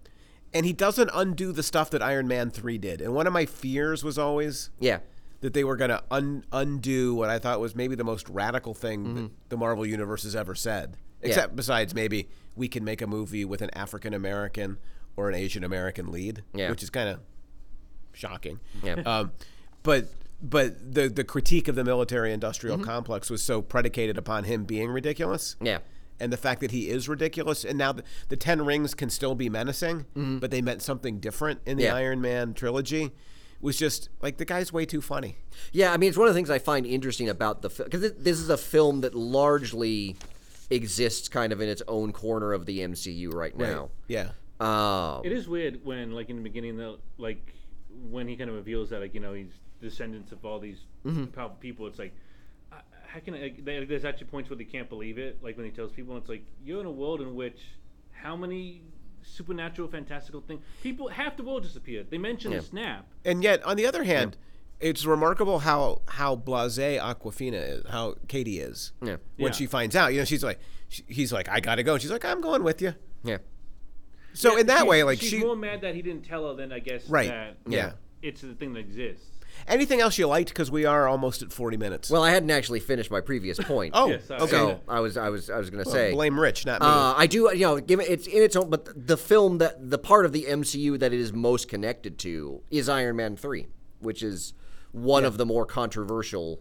Speaker 3: and he doesn't undo the stuff that Iron Man 3 did. And one of my fears was always
Speaker 1: Yeah,
Speaker 3: that they were going to un- undo what I thought was maybe the most radical thing
Speaker 1: Mm-hmm.
Speaker 3: that the Marvel Universe has ever said. Except besides maybe we can make a movie with an African American or an Asian American lead,
Speaker 1: Yeah.
Speaker 3: which is kind of shocking.
Speaker 1: Yeah.
Speaker 3: Um, but but the the critique of the military industrial complex was so predicated upon him being ridiculous.
Speaker 1: Mm-hmm. yeah,
Speaker 3: And the fact that he is ridiculous, and now the, the Ten Rings can still be menacing, but they meant something different in the
Speaker 1: Yeah.
Speaker 3: Iron Man trilogy, was just like the guy's way too funny.
Speaker 1: yeah. I mean, it's one of the things I find interesting about the film because this is a film that largely exists kind of in its own corner of the MCU right now.
Speaker 3: Yeah.
Speaker 1: Um,
Speaker 2: It is weird when, like in the beginning, though, like when he kind of reveals that, like you know, he's descendants of all these
Speaker 3: Mm-hmm.
Speaker 2: powerful people. It's like, uh, how can I, like, there- there's actually points where they can't believe it. Like when he tells people, it's like you're in a world in which how many supernatural, fantastical things people half the world disappeared. They mention the snap.
Speaker 3: And yet, on the other hand, it's remarkable how how blasé Aquafina is, how Katie is.
Speaker 1: Yeah.
Speaker 3: When
Speaker 2: Yeah.
Speaker 3: she finds out, you know, she's like, she, he's like, I gotta go. And she's like, I'm going with you.
Speaker 1: yeah.
Speaker 3: So in that
Speaker 2: She's-
Speaker 3: way, like
Speaker 2: she's
Speaker 3: she,
Speaker 2: more mad that he didn't tell her than I guess
Speaker 3: Right,
Speaker 2: that
Speaker 3: yeah.
Speaker 2: it's the thing that exists.
Speaker 3: anything else you liked? Because we are almost at 40 minutes.
Speaker 1: Well, I hadn't actually finished my previous point.
Speaker 3: oh,
Speaker 2: yes, I-
Speaker 3: okay.
Speaker 1: so
Speaker 3: Oh,
Speaker 1: I was I was I was gonna say.
Speaker 3: blame Rich, not me.
Speaker 1: uh, I do, you know, give it, it's in its own, but the film that the part of the MCU that it is most connected to is Iron Man three, which is one of the more controversial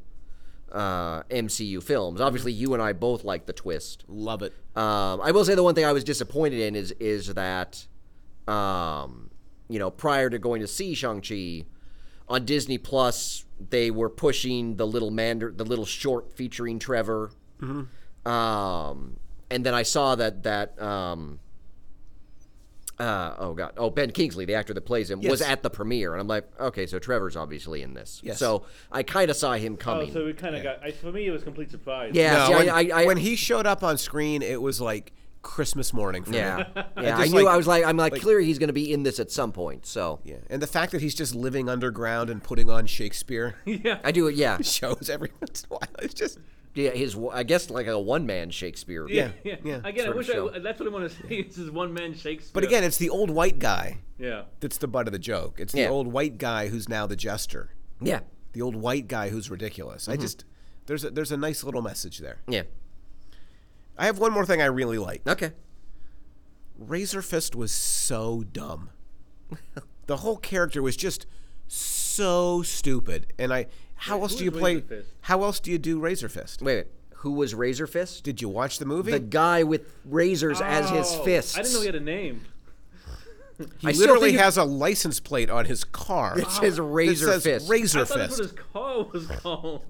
Speaker 1: uh, MCU films. Obviously, you and I both like the twist.
Speaker 3: Love it.
Speaker 1: Um, I will say the one thing I was disappointed in is is that, um, you know, prior to going to see Shang Chi, on Disney Plus they were pushing the little Mandar- the little short featuring Trevor,
Speaker 3: Mm-hmm.
Speaker 1: um, and then I saw that that. Um, uh, oh god! Oh, Ben Kingsley, the actor that plays him, was
Speaker 3: Yes.
Speaker 1: at the premiere, and I'm like, okay, so Trevor's obviously in this.
Speaker 3: Yes.
Speaker 1: So I kind of saw him coming.
Speaker 2: so we kind of got. I, for me, it was complete surprise.
Speaker 1: yeah,
Speaker 3: No,
Speaker 1: see, I-
Speaker 3: when,
Speaker 1: I, I,
Speaker 3: when he showed up on screen, it was like Christmas morning for me.
Speaker 1: Yeah, yeah. I
Speaker 3: just,
Speaker 1: knew.
Speaker 3: like-
Speaker 1: I was like, I'm like, clearly he's going to be in this at some point. So
Speaker 3: Yeah. And the fact that he's just living underground and putting on Shakespeare
Speaker 2: yeah.
Speaker 1: I do it. Yeah,
Speaker 3: shows every once in a while. It's just
Speaker 1: yeah. His, I guess, like a one man Shakespeare.
Speaker 2: Yeah,
Speaker 3: Yeah,
Speaker 2: yeah.
Speaker 3: yeah.
Speaker 2: Again, I
Speaker 1: Sort of
Speaker 2: wish
Speaker 1: show.
Speaker 2: I, that's what I want to say. This is one man Shakespeare.
Speaker 3: But again, it's the old white guy
Speaker 2: yeah,
Speaker 3: that's the butt of the joke. It's the
Speaker 1: Yeah.
Speaker 3: old white guy who's now the jester.
Speaker 1: yeah,
Speaker 3: The old white guy who's ridiculous.
Speaker 1: Mm-hmm.
Speaker 3: I just there's a, there's a nice little message there.
Speaker 1: yeah.
Speaker 3: I have one more thing I really like.
Speaker 1: Okay.
Speaker 3: Razor Fist was so dumb. the whole character was just so stupid. And I how else
Speaker 2: who
Speaker 3: do you
Speaker 2: is
Speaker 3: play
Speaker 2: Razor Fist?
Speaker 3: how else do you do Razor Fist?
Speaker 1: Wait. a minute. who was Razor Fist?
Speaker 3: Did you watch the movie?
Speaker 1: The guy with razors as his
Speaker 2: Oh,
Speaker 1: fists.
Speaker 2: I didn't know he had a name.
Speaker 3: he
Speaker 1: I still
Speaker 3: literally
Speaker 1: think it-
Speaker 3: has a license plate on his car.
Speaker 1: It says Razor
Speaker 3: that says
Speaker 1: Fist.
Speaker 3: Razor
Speaker 2: I thought that's
Speaker 3: Fist.
Speaker 2: what his car was called.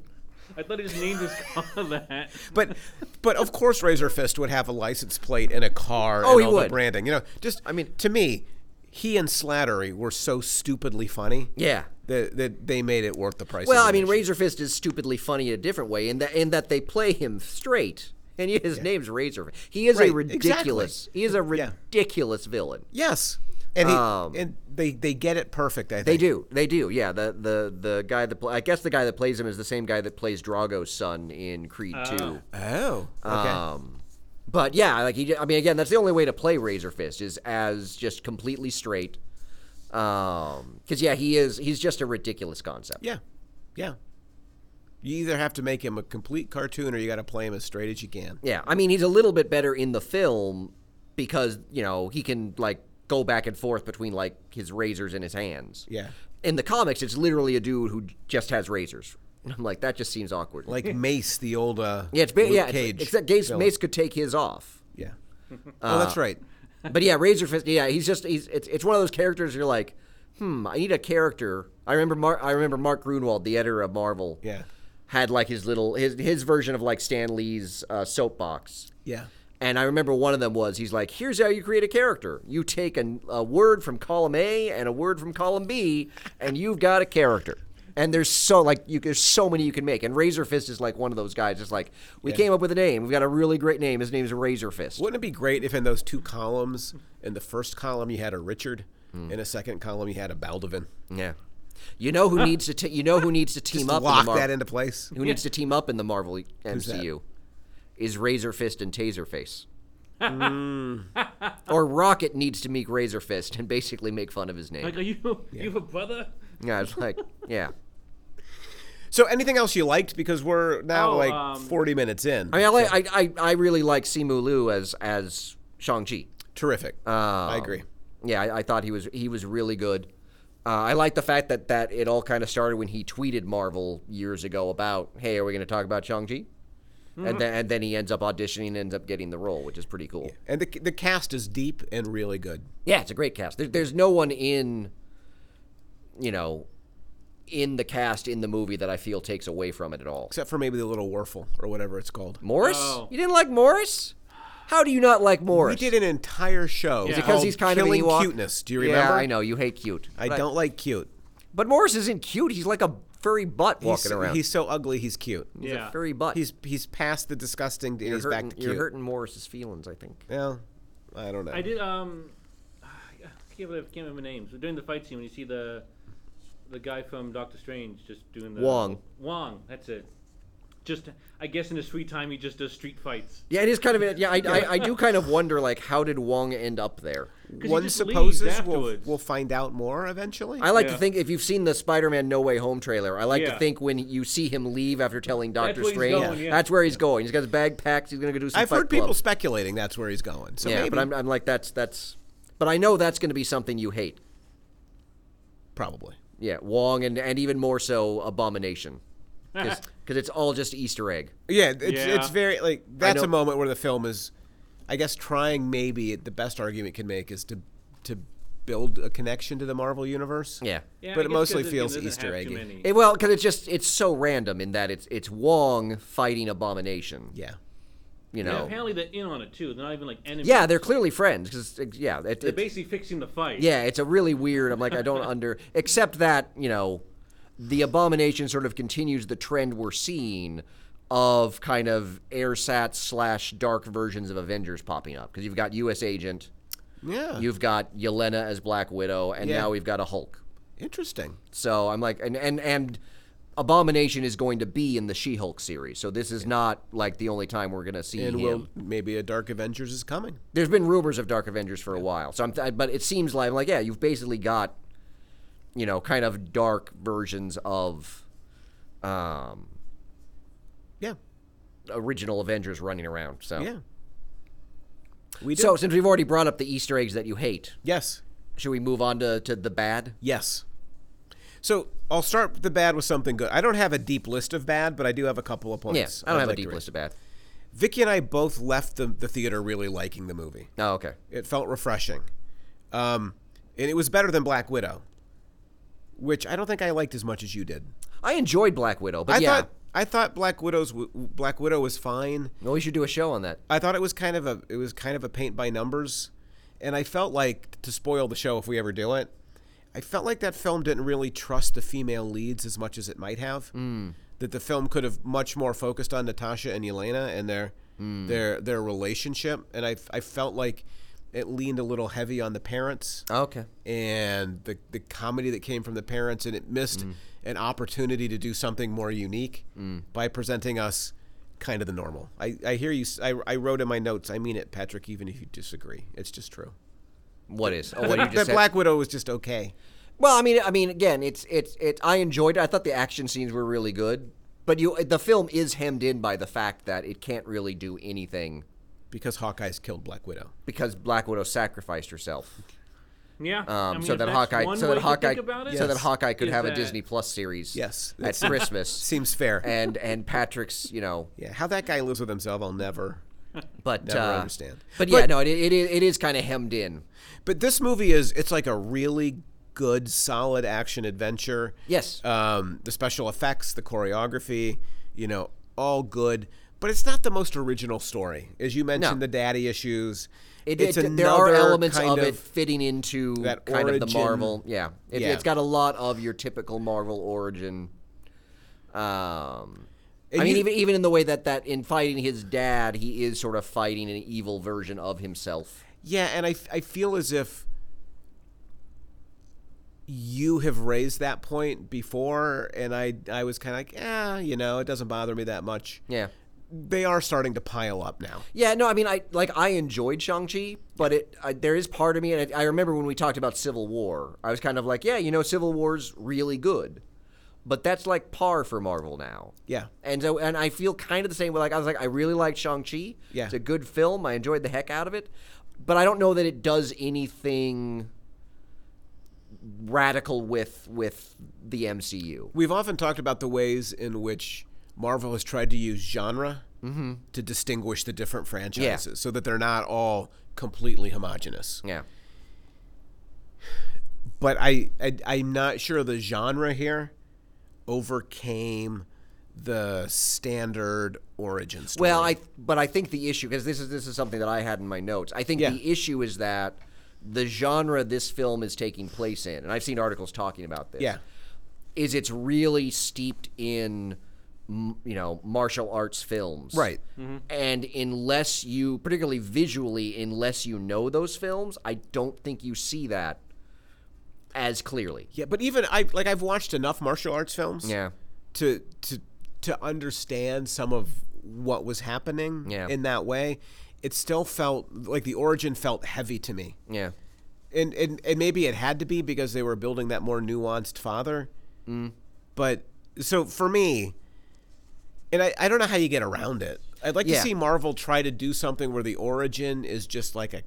Speaker 2: I thought he just named his car that.
Speaker 3: But, but of course, Razor Fist would have a license plate and a car.
Speaker 1: Oh,
Speaker 3: and
Speaker 1: he
Speaker 3: all The
Speaker 1: would.
Speaker 3: branding, you know. Just I
Speaker 1: mean-
Speaker 3: to me, he and Slattery were so stupidly funny
Speaker 1: yeah.
Speaker 3: that, that they made it worth the price. of
Speaker 1: Well, I mean,
Speaker 3: admission.
Speaker 1: Razor Fist is stupidly funny in a different way, in that in that they play him straight, and yet his name's Razor. Fist. He is
Speaker 3: Right,
Speaker 1: a ridiculous. He is a
Speaker 3: Yeah.
Speaker 1: ridiculous villain.
Speaker 3: Yes, and he,
Speaker 1: Um,
Speaker 3: and they they get it perfect. I think
Speaker 1: They do, they do. Yeah, the the the guy that pl- I guess the guy that plays him is the same guy that plays Drago's son in Creed Two.
Speaker 3: Oh, okay.
Speaker 1: Um, but yeah, like he, j- I mean, again, that's the only way to play Razor Fist is as just completely straight. Um, because yeah, he is. He's just a ridiculous concept.
Speaker 3: yeah, yeah. You either have to make him a complete cartoon, or you got to play him as straight as you can.
Speaker 1: Yeah, I mean, he's a little bit better in the film because you know he can like go back and forth between like his razors in his hands.
Speaker 3: Yeah,
Speaker 1: In the comics, it's literally a dude who just has razors. And I'm like, that just seems awkward.
Speaker 3: like Mace, the old uh,
Speaker 1: yeah, it's ba-
Speaker 3: Luke
Speaker 1: yeah, it's-
Speaker 3: Cage.
Speaker 1: except Gaze,
Speaker 3: villain.
Speaker 1: Mace could take his off.
Speaker 3: Yeah. oh,
Speaker 1: Uh,
Speaker 3: that's right.
Speaker 1: but yeah, Razor Fist. Yeah, he's just he's it's, it's one of those characters you're like, hmm, I need a character. I remember Mar- I remember Mark Grunwald, the editor of Marvel.
Speaker 3: Yeah.
Speaker 1: had like his little his his version of like Stan Lee's uh, soapbox.
Speaker 3: Yeah.
Speaker 1: And I remember one of them was he's like, here's how you create a character. You take an, a word from column A and a word from column B, and you've got a character. And there's so like you there's so many you can make. And Razor Fist is like one of those guys. It's like we
Speaker 3: Yeah.
Speaker 1: came up with a name. We've got a really great name. His name's Razor Fist.
Speaker 3: Wouldn't it be great if in those two columns, in the first column you had a Richard,
Speaker 1: Hmm.
Speaker 3: in a second column you had a Baldovin?
Speaker 1: Yeah. You know who needs to t- you know who needs to team
Speaker 3: Just
Speaker 1: up in the
Speaker 3: lock
Speaker 1: Mar-
Speaker 3: that into place.
Speaker 1: who needs to team up in the Marvel
Speaker 3: that?
Speaker 1: MCU is Razor Fist and Taser Face.
Speaker 3: Hmm.
Speaker 1: or Rocket needs to meet Razor Fist and basically make fun of his name.
Speaker 2: Like, are you you have a brother?
Speaker 1: Yeah, it's like, yeah.
Speaker 3: So, anything else you liked? Because we're now
Speaker 2: Oh,
Speaker 3: like
Speaker 2: um,
Speaker 3: 40 minutes in.
Speaker 1: I mean, I, like, I, I, I really like Simu Liu as as Shang Chi.
Speaker 3: Terrific.
Speaker 1: uh,
Speaker 3: I agree.
Speaker 1: Yeah, I, I thought he was he was really good. Uh, I like the fact that that it all kind of started when he tweeted Marvel years ago about, "Hey, are we going to talk about Shang Chi?"
Speaker 3: Mm-hmm.
Speaker 1: And then and then he ends up auditioning and ends up getting the role, which is pretty cool. Yeah,
Speaker 3: And the, the cast is deep and really good.
Speaker 1: it's a great cast. There, there's no one in, you know, in the cast in the movie that I feel takes away from it at all.
Speaker 3: Except for maybe the little Werfel or whatever it's called.
Speaker 1: Morris?
Speaker 2: Oh.
Speaker 1: You didn't like Morris? How do you not like Morris?
Speaker 3: We did an entire show.
Speaker 2: Is it 'cause
Speaker 1: because
Speaker 3: called
Speaker 1: he's kind
Speaker 3: Killing
Speaker 1: of an Ewok.
Speaker 3: cuteness. Do you remember?
Speaker 1: Yeah, I know you hate cute.
Speaker 3: I
Speaker 1: But-
Speaker 3: don't like cute.
Speaker 1: But Morris isn't cute. He's like a furry butt walking
Speaker 3: he's,
Speaker 1: around.
Speaker 3: He's so ugly. He's cute.
Speaker 1: He's
Speaker 2: Yeah.
Speaker 1: a furry butt.
Speaker 3: He's he's past the disgusting. and
Speaker 1: you're
Speaker 3: he's
Speaker 1: hurting,
Speaker 3: back to
Speaker 1: you're
Speaker 3: cute.
Speaker 1: hurting Morris's feelings. I think.
Speaker 3: Well, I don't know.
Speaker 2: I did. Um, I can't believe I can't remember names. But during the fight scene, when you see the the guy from Doctor Strange just doing the
Speaker 1: Wong.
Speaker 2: Wong, that's it. Just, I guess in his free time, he just does street fights.
Speaker 1: Yeah, it is kind of. a- Yeah, I, I, I do kind of wonder like how did Wong end up there?
Speaker 2: 'Cause he
Speaker 3: One
Speaker 2: just leaves
Speaker 3: supposes we'll,
Speaker 2: afterwards.
Speaker 3: we'll find out more eventually.
Speaker 1: I like to
Speaker 2: Yeah.
Speaker 1: think if you've seen the Spider-Man No Way Home trailer, I like to
Speaker 2: Yeah.
Speaker 1: think when you see him leave after telling Doctor
Speaker 2: where he's
Speaker 1: Strange,
Speaker 2: going, yeah.
Speaker 1: that's where he's going. He's got his bag packed. He's gonna go do some.
Speaker 3: I've
Speaker 1: Fight
Speaker 3: heard people
Speaker 1: Club.
Speaker 3: speculating that's where he's going. So
Speaker 1: yeah,
Speaker 3: maybe,
Speaker 1: but I'm, I'm like that's that's. But I know that's gonna be something you hate.
Speaker 3: probably.
Speaker 1: Yeah, Wong and and even more so Abomination, because it's all just Easter egg.
Speaker 3: Yeah, it's,
Speaker 2: Yeah.
Speaker 3: it's very like that's a
Speaker 1: don't-
Speaker 3: moment where the film is, I guess, trying maybe the best argument it can make is to to build a connection to the Marvel universe.
Speaker 1: Yeah.
Speaker 2: Yeah,
Speaker 3: but
Speaker 2: I
Speaker 3: it
Speaker 2: guess
Speaker 3: mostly
Speaker 2: 'cause
Speaker 3: feels
Speaker 2: doesn't
Speaker 3: Easter
Speaker 2: have too
Speaker 3: eggy.
Speaker 2: many.
Speaker 1: It, Eh, well, because it's just it's so random in that it's it's Wong fighting Abomination.
Speaker 3: yeah.
Speaker 1: you
Speaker 2: Yeah,
Speaker 1: know. Yeah,
Speaker 2: apparently they're in on it too. They're not even like enemies.
Speaker 1: they're clearly friends because yeah, it,
Speaker 2: they're
Speaker 1: it's-
Speaker 2: basically fixing the fight.
Speaker 1: yeah, it's a really weird. I'm like I don't under except that you know, the abomination sort of continues the trend we're seeing of kind of airsat slash dark versions of Avengers popping up because you've got U.S. Agent,
Speaker 3: Yeah,
Speaker 1: you've got Yelena as Black Widow, and
Speaker 3: Yeah.
Speaker 1: now we've got a Hulk.
Speaker 3: interesting.
Speaker 1: So I'm like, and and and Abomination is going to be in the She-Hulk series. So this is not like the only time we're going to see
Speaker 3: And
Speaker 1: him.
Speaker 3: we'll maybe a Dark Avengers is coming.
Speaker 1: There's been rumors of Dark Avengers for a while. So I'm, th- but it seems like, like yeah, you've basically got, you know, kind of dark versions of, um,
Speaker 3: Yeah,
Speaker 1: original Avengers running around. So
Speaker 3: yeah. We do.
Speaker 1: Oh. So since we've already brought up the Easter eggs that you hate,
Speaker 3: yes,
Speaker 1: should we move on to, to the bad?
Speaker 3: yes. So I'll start the bad with something good. I don't have a deep list of bad, but I do have a couple of points.
Speaker 1: Yeah, I don't
Speaker 3: I'd
Speaker 1: have
Speaker 3: like
Speaker 1: a
Speaker 3: to
Speaker 1: deep
Speaker 3: raise.
Speaker 1: list of bad.
Speaker 3: Vicky and I both left the, the theater really liking the movie.
Speaker 1: Oh, okay.
Speaker 3: It felt refreshing. Um, and it was better than Black Widow, which I don't think I liked as much as you did.
Speaker 1: I enjoyed Black Widow, but
Speaker 3: I
Speaker 1: yeah,
Speaker 3: thought I thought Black Widow's w- Black Widow was fine.
Speaker 1: no, we should do a show on that.
Speaker 3: I thought it was kind of a it was kind of a paint by numbers, and I felt like to spoil the show if we ever do it. I felt like that film didn't really trust the female leads as much as it might have. Mm. That the film could have much more focused on Natasha and Yelena and their
Speaker 1: Mm.
Speaker 3: their their relationship, and I I felt like it leaned a little heavy on the parents
Speaker 1: Oh, okay.
Speaker 3: and the the comedy that came from the parents, and it missed an opportunity to do something more unique by presenting us kind of the normal. I, I hear you. s- I, I wrote in my notes. I mean it, Patrick. Even if you disagree, it's just true.
Speaker 1: What is? Oh, what you
Speaker 3: That
Speaker 1: just said.
Speaker 3: Black Widow was just okay.
Speaker 1: Well, I mean, I mean, again, it's it's it. I enjoyed it. I thought the action scenes were really good, but you, the film is hemmed in by the fact that it can't really do anything
Speaker 3: Because Hawkeye's killed Black Widow.
Speaker 1: because Black Widow sacrificed herself.
Speaker 2: Yeah. I
Speaker 1: Um,
Speaker 2: mean,
Speaker 1: so
Speaker 2: if
Speaker 1: that
Speaker 2: that's
Speaker 1: Hawkeye,
Speaker 2: one
Speaker 1: so
Speaker 2: way
Speaker 1: that
Speaker 2: to
Speaker 1: Hawkeye,
Speaker 2: think about it,
Speaker 1: so that
Speaker 3: Yes.
Speaker 1: Hawkeye could
Speaker 2: is
Speaker 1: have a
Speaker 2: that-
Speaker 1: Disney Plus series.
Speaker 3: Yes,
Speaker 1: at
Speaker 3: it's-
Speaker 1: Christmas
Speaker 3: Seems fair.
Speaker 1: and and Patrick's, you know,
Speaker 3: yeah, how that guy lives with himself, I'll never.
Speaker 1: but
Speaker 3: Never
Speaker 1: uh,
Speaker 3: understand.
Speaker 1: But yeah,
Speaker 3: But-
Speaker 1: no, it it, it, it is kind of hemmed in.
Speaker 3: But this movie is it's like a really good, solid action adventure.
Speaker 1: Yes.
Speaker 3: Um, the special effects, the choreography, you know, all good. But it's not the most original story, as you mentioned. The daddy issues.
Speaker 1: It,
Speaker 3: it's
Speaker 1: it- there are
Speaker 3: another
Speaker 1: elements of,
Speaker 3: kind
Speaker 1: it fitting into
Speaker 3: that
Speaker 1: kind of the
Speaker 3: origin-
Speaker 1: Marvel. Yeah. It,
Speaker 3: Yeah.
Speaker 1: it's got a lot of your typical Marvel origin. Um,
Speaker 3: And
Speaker 1: I mean,
Speaker 3: you-
Speaker 1: even even in the way that that in fighting his dad, he is sort of fighting an evil version of himself.
Speaker 3: Yeah, and I, f- I feel as if you have raised that point before, and I I was kind of like, yeah, you know, it doesn't bother me that much.
Speaker 1: Yeah.
Speaker 3: They are starting to pile up now.
Speaker 1: Yeah, no, I mean, I like I enjoyed Shang Chi, but it I, there is part of me, and I, I remember when we talked about Civil War, I was kind of like, yeah, you know, Civil War's really good, but that's like par for Marvel now.
Speaker 3: Yeah.
Speaker 1: and so and I feel kind of the same. way. Like I was like, I really liked Shang Chi.
Speaker 3: Yeah.
Speaker 1: it's a good film. I enjoyed the heck out of it, but I don't know that it does anything radical with with the MCU.
Speaker 3: We've often talked about the ways in which Marvel has tried to use genre
Speaker 1: Mm-hmm.
Speaker 3: to distinguish the different franchises so that they're not all completely homogenous.
Speaker 1: Yeah,
Speaker 3: But I, I I'm not sure the genre here overcame the standard origin story.
Speaker 1: Well, I but I think the issue because this is this is something that I had in my notes. I think
Speaker 3: Yeah.
Speaker 1: the issue is that the genre this film is taking place in, and I've seen articles talking about this.
Speaker 3: Yeah.
Speaker 1: is it's really steeped in m- you know martial arts films,
Speaker 3: Right.
Speaker 1: And unless you, particularly visually, unless you know those films, I don't think you see that as clearly.
Speaker 3: yeah, but even I like I've watched enough martial arts films
Speaker 1: Yeah.
Speaker 3: to to to understand some of what was happening
Speaker 1: Yeah.
Speaker 3: in that way. It still felt like the origin felt heavy to me.
Speaker 1: Yeah.
Speaker 3: and, and and maybe it had to be because they were building that more nuanced father.
Speaker 1: Mm.
Speaker 3: But so for me, and I, I don't know how you get around it. I'd like
Speaker 1: Yeah.
Speaker 3: to see Marvel try to do something where the origin is just like a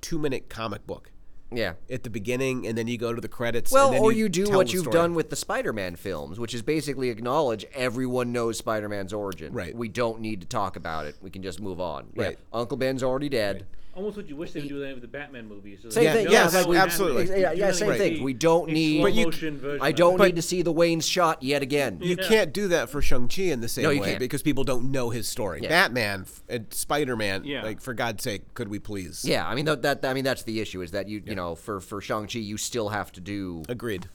Speaker 3: two minute comic book
Speaker 1: Yeah.
Speaker 3: at the beginning, and then you go to the credits. and
Speaker 1: Well,
Speaker 3: then
Speaker 1: or you, do
Speaker 3: tell
Speaker 1: what
Speaker 3: the
Speaker 1: you've
Speaker 3: story.
Speaker 1: done with the Spider-Man films, which is basically acknowledge everyone knows Spider-Man's origin.
Speaker 3: Right.
Speaker 1: We don't need to talk about it. We can just move on. Yeah,
Speaker 3: Right.
Speaker 1: Uncle Ben's already dead.
Speaker 2: Almost what you wish they would do that with the Batman movies. So
Speaker 1: Same
Speaker 2: that
Speaker 1: thing.
Speaker 2: you know
Speaker 1: yeah,
Speaker 3: yes,
Speaker 2: how
Speaker 1: like
Speaker 2: it
Speaker 1: we-
Speaker 3: absolutely.
Speaker 2: happened.
Speaker 1: Yeah,
Speaker 2: You
Speaker 1: yeah,
Speaker 2: do,
Speaker 1: same
Speaker 2: like,
Speaker 1: thing.
Speaker 2: the-
Speaker 1: We don't
Speaker 2: a
Speaker 1: need.
Speaker 2: slow
Speaker 3: But you-
Speaker 2: motion version
Speaker 1: I
Speaker 2: of
Speaker 1: don't
Speaker 2: it.
Speaker 1: need to see the Wayne shot yet again.
Speaker 3: You can't do that for Shang Chi in the same
Speaker 1: No, you
Speaker 3: way
Speaker 1: can't.
Speaker 3: because people don't know his story. Batman f- and Spider Man,
Speaker 2: Yeah.
Speaker 3: like for God's sake, could we please?
Speaker 1: yeah, I mean that, that. I mean that's the issue is that you you know for for Shang Chi you still have to do
Speaker 3: agreed.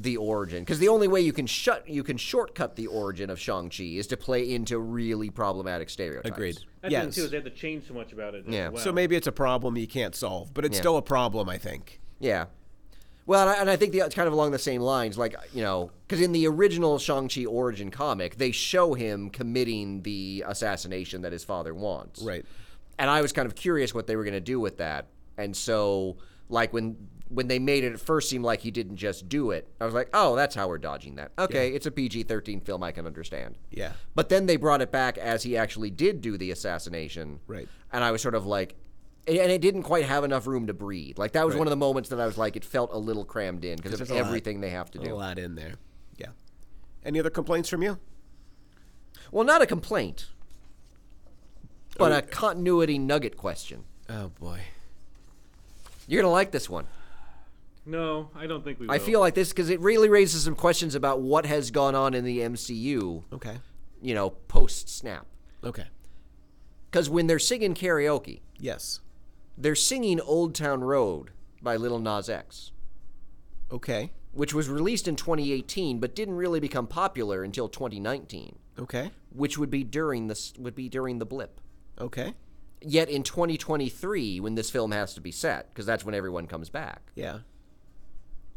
Speaker 1: the origin because the only way you can shut you can shortcut the origin of Shang Chi is to play into really problematic stereotypes.
Speaker 3: Agreed.
Speaker 2: That's the
Speaker 3: yes.
Speaker 2: thing, too, is they had to change so much about it. as
Speaker 1: Yeah.
Speaker 2: well.
Speaker 3: So maybe it's a problem you can't solve, but it's
Speaker 1: Yeah.
Speaker 3: still a problem, I think.
Speaker 1: Yeah. Well, and I, and I think the, it's kind of along the same lines, like you know, because in the original Shang-Chi origin comic, they show him committing the assassination that his father wants.
Speaker 3: Right.
Speaker 1: And I was kind of curious what they were going to do with that, and so like when when they made it at first seem like he didn't just do it, I was like, oh, that's how we're dodging that. Okay, it's a PG-13 film, I can understand.
Speaker 3: Yeah.
Speaker 1: But then they brought it back as he actually did do the assassination.
Speaker 3: Right.
Speaker 1: And I was sort of like, and and it didn't quite have enough room to breathe. Like that was one of the moments that I was like, it felt a little crammed in because of
Speaker 3: there's a lot.
Speaker 1: everything they have to
Speaker 3: A
Speaker 1: do.
Speaker 3: lot in there. Yeah. Any other complaints from you?
Speaker 1: Well, not a complaint, but a continuity nugget question.
Speaker 3: Oh boy.
Speaker 1: You're gonna like this one.
Speaker 2: No, I don't think we. Will.
Speaker 1: I feel like this because it really raises some questions about what has gone on in the MCU.
Speaker 3: Okay.
Speaker 1: You know, post snap.
Speaker 3: Okay.
Speaker 1: Because when they're singing karaoke,
Speaker 3: Yes.
Speaker 1: they're singing "Old Town Road" by Little Nas X.
Speaker 3: Okay.
Speaker 1: which was released in 2018 but didn't really become popular until 2019,
Speaker 3: Okay.
Speaker 1: which would be during this would be during the blip.
Speaker 3: Okay.
Speaker 1: Yet in 2023, when this film has to be set, because that's when everyone comes back,
Speaker 3: Yeah.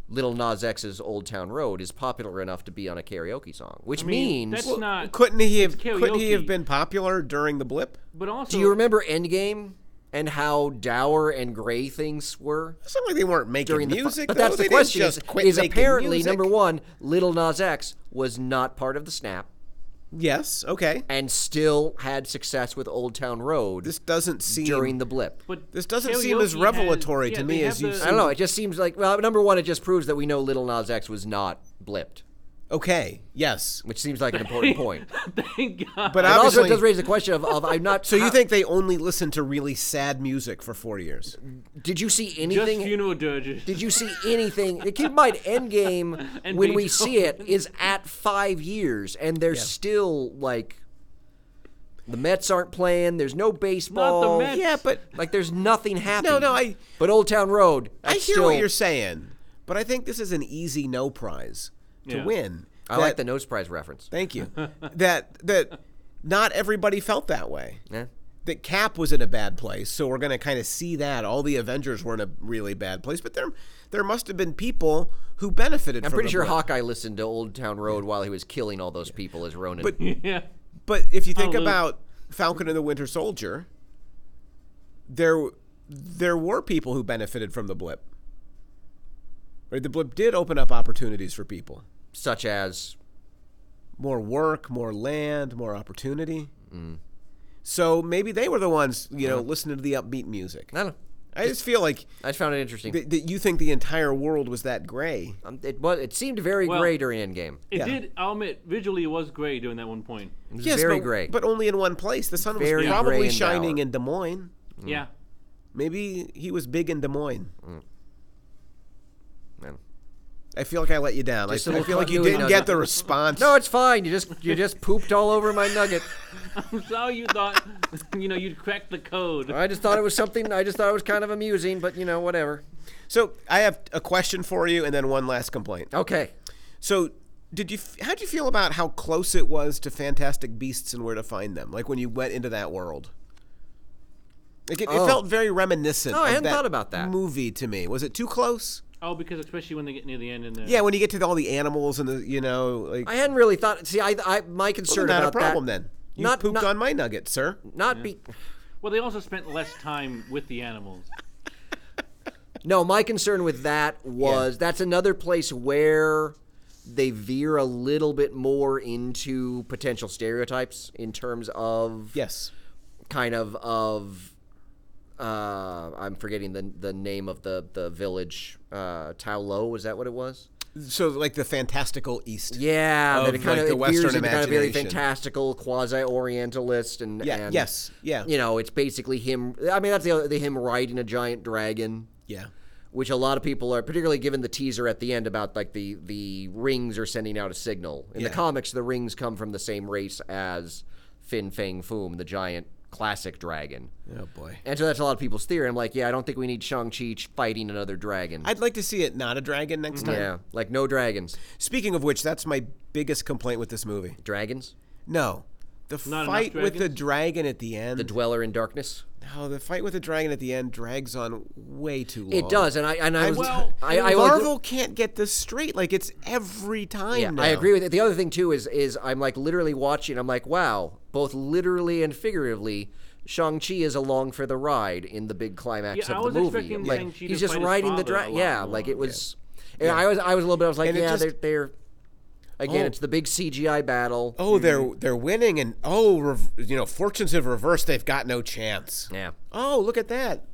Speaker 1: Little Nas X's "Old Town Road" is popular enough to be on a karaoke song, which
Speaker 2: I mean,
Speaker 1: means.
Speaker 2: that's not.
Speaker 3: Couldn't he have
Speaker 2: it's
Speaker 3: couldn't he have
Speaker 2: karaoke.
Speaker 3: been popular during the blip?
Speaker 2: But also,
Speaker 1: do you remember Endgame and how dour and gray things were?
Speaker 3: It's not like they weren't making
Speaker 1: during the
Speaker 3: music.
Speaker 1: But
Speaker 3: though.
Speaker 1: that's the
Speaker 3: They didn't
Speaker 1: question: is,
Speaker 3: just quit
Speaker 1: is
Speaker 3: making
Speaker 1: apparently
Speaker 3: music.
Speaker 1: number one, Little Nas X was not part of the snap.
Speaker 3: Yes. Okay.
Speaker 1: and still had success with Old Town Road
Speaker 3: This doesn't seem
Speaker 1: during the blip.
Speaker 2: But
Speaker 3: This doesn't seem as
Speaker 2: karaoke has-
Speaker 3: revelatory to
Speaker 2: yeah,
Speaker 3: me
Speaker 2: they
Speaker 3: as
Speaker 2: have
Speaker 3: you
Speaker 2: the-
Speaker 1: I don't know. It just seems like well, number one, it just proves that we know Little Nas X was not blipped,
Speaker 3: okay. Yes.
Speaker 1: which seems like an important point.
Speaker 2: Thank God.
Speaker 3: But
Speaker 1: It also
Speaker 3: obviously,
Speaker 1: does raise the question of, of I'm not.
Speaker 3: so you think they only listened to really sad music for four years?
Speaker 1: Did you see
Speaker 2: just
Speaker 1: anything?
Speaker 2: funeral dirges.
Speaker 1: did you see anything? Keep in mind, Endgame,
Speaker 2: And
Speaker 1: when we see it, is at five years, and they're still like the Mets aren't playing. There's no baseball.
Speaker 2: Mets. Yeah,
Speaker 3: but
Speaker 1: Like there's nothing happening.
Speaker 3: no, I-
Speaker 1: But Old Town Road.
Speaker 3: I
Speaker 1: that's
Speaker 3: hear
Speaker 1: still,
Speaker 3: what you're saying, but I think this is an easy no prize to
Speaker 2: Yeah.
Speaker 3: win.
Speaker 1: I like the
Speaker 3: That-
Speaker 1: nose prize reference.
Speaker 3: Thank you. that that not everybody felt that way.
Speaker 1: Yeah.
Speaker 3: That Cap was in a bad place, so we're going to kind of see that all the Avengers were in a really bad place. But there, there must have been people who benefited.
Speaker 1: I'm
Speaker 3: from
Speaker 1: pretty
Speaker 3: the
Speaker 1: sure
Speaker 3: blip.
Speaker 1: Hawkeye listened to Old Town Road while he was killing all those people as Ronan.
Speaker 3: But-
Speaker 2: yeah.
Speaker 3: But if you think
Speaker 2: Hallelujah.
Speaker 3: about Falcon and the Winter Soldier, there there were people who benefited from the blip. Right, the blip did open up opportunities for people.
Speaker 1: such as
Speaker 3: More work, more land, more opportunity.
Speaker 1: Mm.
Speaker 3: So maybe they were the ones, you
Speaker 1: Uh-huh.
Speaker 3: know, listening to the upbeat music.
Speaker 1: I don't know.
Speaker 3: I just feel like
Speaker 1: I just found it interesting.
Speaker 3: that, that you think the entire world was that gray.
Speaker 1: um, it was. It seemed very
Speaker 2: Well-
Speaker 1: gray during Endgame.
Speaker 2: It
Speaker 3: Yeah.
Speaker 2: did. I'll admit, visually, it was gray during that one point.
Speaker 1: It was very
Speaker 3: but,
Speaker 1: gray.
Speaker 3: but only in one place. The sun
Speaker 1: Very
Speaker 3: was
Speaker 1: gray
Speaker 3: probably
Speaker 1: and
Speaker 3: shining
Speaker 1: dour.
Speaker 3: in Des Moines.
Speaker 1: Mm-hmm.
Speaker 2: Yeah.
Speaker 3: Maybe he was big in Des Moines.
Speaker 1: Mm. Man.
Speaker 3: I feel like I let you down. I,
Speaker 1: Just a
Speaker 3: I
Speaker 1: little
Speaker 3: feel like you
Speaker 1: continuity
Speaker 3: didn't
Speaker 1: nugget.
Speaker 3: get the response.
Speaker 1: No, it's fine. You just you just pooped all over my nugget.
Speaker 2: So you thought, you know, you'd crack the code.
Speaker 1: I just thought it was something. I just thought it was kind of amusing, but you know, whatever.
Speaker 3: so I have a question for you, and then one last complaint.
Speaker 1: Okay.
Speaker 3: So, did you? f- How'd you feel about how close it was to Fantastic Beasts and where to find them? Like when you went into that world. Like it,
Speaker 1: Oh.
Speaker 3: it felt very reminiscent.
Speaker 1: No, I
Speaker 3: of
Speaker 1: hadn't thought about that.
Speaker 3: movie to me. Was it too close?
Speaker 2: Oh, because especially when they get near the end and the.
Speaker 3: Yeah, when you get to all the animals and the you know like
Speaker 1: I hadn't really thought. See, I, I my
Speaker 3: well,
Speaker 1: concern
Speaker 3: not a
Speaker 1: about
Speaker 3: problem
Speaker 1: that.
Speaker 3: then. You
Speaker 1: Not-
Speaker 3: pooped
Speaker 1: not-
Speaker 3: on my nugget, sir.
Speaker 1: Not be.
Speaker 2: Well, they also spent less time with the animals.
Speaker 1: No, my concern with that was that's another place where they veer a little bit more into potential stereotypes in terms of
Speaker 3: Yes.
Speaker 1: kind of of uh, I'm forgetting the the name of the the village uh, Tao Lo was that what it was?
Speaker 3: So like the fantastical East.
Speaker 1: Yeah, that
Speaker 3: Of,
Speaker 1: it kind
Speaker 3: like,
Speaker 1: of
Speaker 3: the
Speaker 1: it
Speaker 3: Western
Speaker 1: veers into kind of very
Speaker 3: imagination.
Speaker 1: fantastical quasi Orientalist and
Speaker 3: Yeah,
Speaker 1: and,
Speaker 3: yes, yeah.
Speaker 1: you know it's basically him. I mean that's the, other- the him riding a giant dragon
Speaker 3: Yeah.
Speaker 1: which a lot of people are particularly given the teaser at the end about like the the rings are sending out a signal. In
Speaker 3: Yeah.
Speaker 1: the comics, the rings come from the same race as Fin Fang Foom, the giant classic dragon.
Speaker 3: Oh boy.
Speaker 1: And so that's a lot of people's theory. I'm like, yeah, I don't think we need Shang-Chi fighting another dragon.
Speaker 3: I'd like to see it not a dragon next time.
Speaker 1: Mm-hmm. yeah, like no dragons.
Speaker 3: Speaking of which, that's my biggest complaint with this movie.
Speaker 1: Dragons?
Speaker 3: No. The
Speaker 2: Not enough
Speaker 3: fight with the
Speaker 2: dragons?
Speaker 3: dragon at the end.
Speaker 1: The Dweller in Darkness?
Speaker 3: oh, the fight with the dragon at the end drags on way too long.
Speaker 1: It does. And I and I was
Speaker 2: well,
Speaker 1: I, I will agree-
Speaker 3: Marvel can't get this straight. Like it's every time.
Speaker 1: Yeah,
Speaker 3: now.
Speaker 1: I agree with it. The other thing too is is I'm like literally watching. I'm like, wow, both literally and figuratively, Shang Chi is along for the ride in the big climax
Speaker 2: Yeah, I
Speaker 1: of the
Speaker 2: was
Speaker 1: movie.
Speaker 2: expecting
Speaker 1: like
Speaker 2: Shang-Chi to
Speaker 1: he's just
Speaker 2: fight his
Speaker 1: riding the
Speaker 2: father a
Speaker 1: dragon.
Speaker 2: lot
Speaker 1: Yeah,
Speaker 2: more.
Speaker 1: like it was. and I was I was a little bit. I was like,
Speaker 3: And it
Speaker 1: yeah,
Speaker 3: just-
Speaker 1: they're they're. Again,
Speaker 3: Oh.
Speaker 1: it's the big CGI battle.
Speaker 3: Oh, they're they're winning, and oh, rev- you know, fortunes have reversed. They've got no chance.
Speaker 1: Yeah.
Speaker 3: Oh, look at that!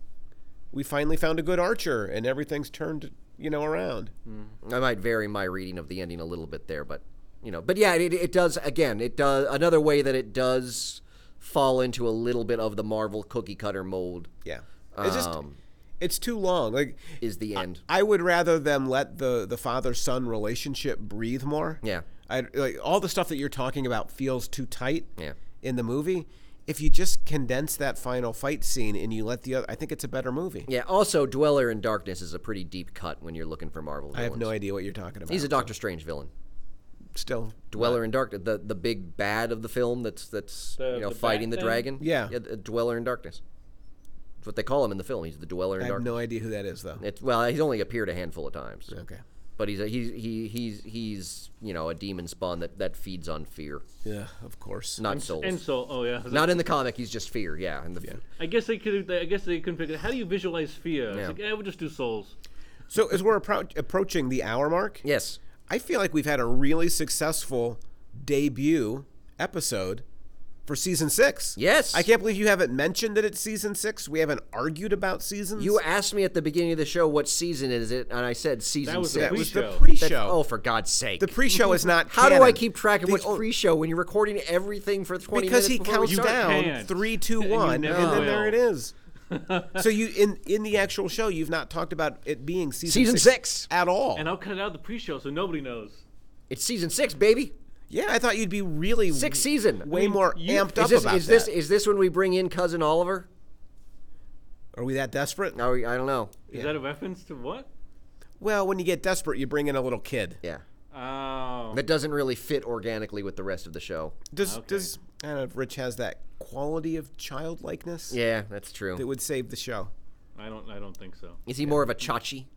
Speaker 3: We finally found a good archer, and everything's turned, you know, around.
Speaker 1: Hmm. I might vary my reading of the ending a little bit there, but you know, but yeah, it, it does again. It does another way that it does fall into a little bit of the Marvel cookie cutter mold
Speaker 3: Yeah, it's just
Speaker 1: Um,
Speaker 3: it's too long. Like
Speaker 1: is the end.
Speaker 3: I would rather them let the the father son relationship breathe more.
Speaker 1: Yeah.
Speaker 3: I like all the stuff that you're talking about feels too tight.
Speaker 1: Yeah.
Speaker 3: in the movie, if you just condense that final fight scene and you let the other, I think it's a better movie.
Speaker 1: yeah. Also, Dweller in Darkness is a pretty deep cut when you're looking for Marvel.
Speaker 3: I
Speaker 1: Villains.
Speaker 3: have no idea what you're talking about.
Speaker 1: He's a Doctor Strange villain.
Speaker 3: still.
Speaker 1: Dweller in Darkness, the the big bad of the film that's that's
Speaker 2: The-
Speaker 1: you know
Speaker 2: the
Speaker 1: fighting
Speaker 2: bat
Speaker 1: the
Speaker 2: thing?
Speaker 1: dragon.
Speaker 3: Yeah.
Speaker 1: the Dweller in Darkness. That's what they call him in the film. He's the Dweller in
Speaker 3: I have
Speaker 1: Darkness.
Speaker 3: no idea who that is though.
Speaker 1: It's well, he's only appeared a handful of times.
Speaker 3: Okay.
Speaker 1: But he's a, he's he, he's he's you know a demon spawn that that feeds on fear,
Speaker 3: Yeah, of course.
Speaker 1: not souls.
Speaker 2: And so, oh yeah,
Speaker 1: not in the comic, he's just fear. Yeah, in the
Speaker 2: I guess they could. I guess they couldn't figure. How do you visualize fear?
Speaker 1: Yeah.
Speaker 2: It's like, eh, we'll just do souls.
Speaker 3: So as we're appro- approaching the hour mark,
Speaker 1: yes,
Speaker 3: I feel like we've had a really successful debut episode for season six.
Speaker 1: Yes.
Speaker 3: I can't believe you haven't mentioned that it's season six. We haven't argued about seasons.
Speaker 1: you asked me at the beginning of the show what season is it, and I said season
Speaker 2: was the
Speaker 1: six.
Speaker 3: that was the
Speaker 2: Pre-show.
Speaker 3: pre-show.
Speaker 1: That's- oh, for God's sake!
Speaker 3: the pre-show is not.
Speaker 1: How do I
Speaker 3: canon.
Speaker 1: keep track of
Speaker 3: The
Speaker 1: what's
Speaker 3: o-
Speaker 1: pre-show when you're recording everything for twenty
Speaker 3: because
Speaker 1: minutes
Speaker 3: he
Speaker 1: before we
Speaker 3: counts
Speaker 1: start?
Speaker 3: down
Speaker 2: can't.
Speaker 3: three, two,
Speaker 2: And you
Speaker 3: one,
Speaker 2: never
Speaker 3: and then
Speaker 2: will.
Speaker 3: there it is. so you in in the actual show, you've not talked about it being season
Speaker 1: Season six.
Speaker 3: at all.
Speaker 2: And I'll cut it out of the pre-show so nobody knows.
Speaker 1: It's season six, baby.
Speaker 3: yeah, I thought you'd be really
Speaker 1: Sixth season.
Speaker 3: way more amped up
Speaker 1: is this
Speaker 3: about
Speaker 1: is
Speaker 3: that.
Speaker 1: this is this when we bring in cousin Oliver?
Speaker 3: Are we that desperate?
Speaker 1: Are we, I don't know.
Speaker 2: Is that a reference to what?
Speaker 3: Well, when you get desperate, you bring in a little kid.
Speaker 1: Yeah,
Speaker 2: Oh,
Speaker 1: that doesn't really fit organically with the rest of the show.
Speaker 3: Does
Speaker 2: Okay.
Speaker 3: does I don't know if Rich has that quality of childlikeness
Speaker 1: Yeah, that's true.
Speaker 3: that would save the show.
Speaker 2: I don't. I don't think so.
Speaker 1: Is he more of a chachi?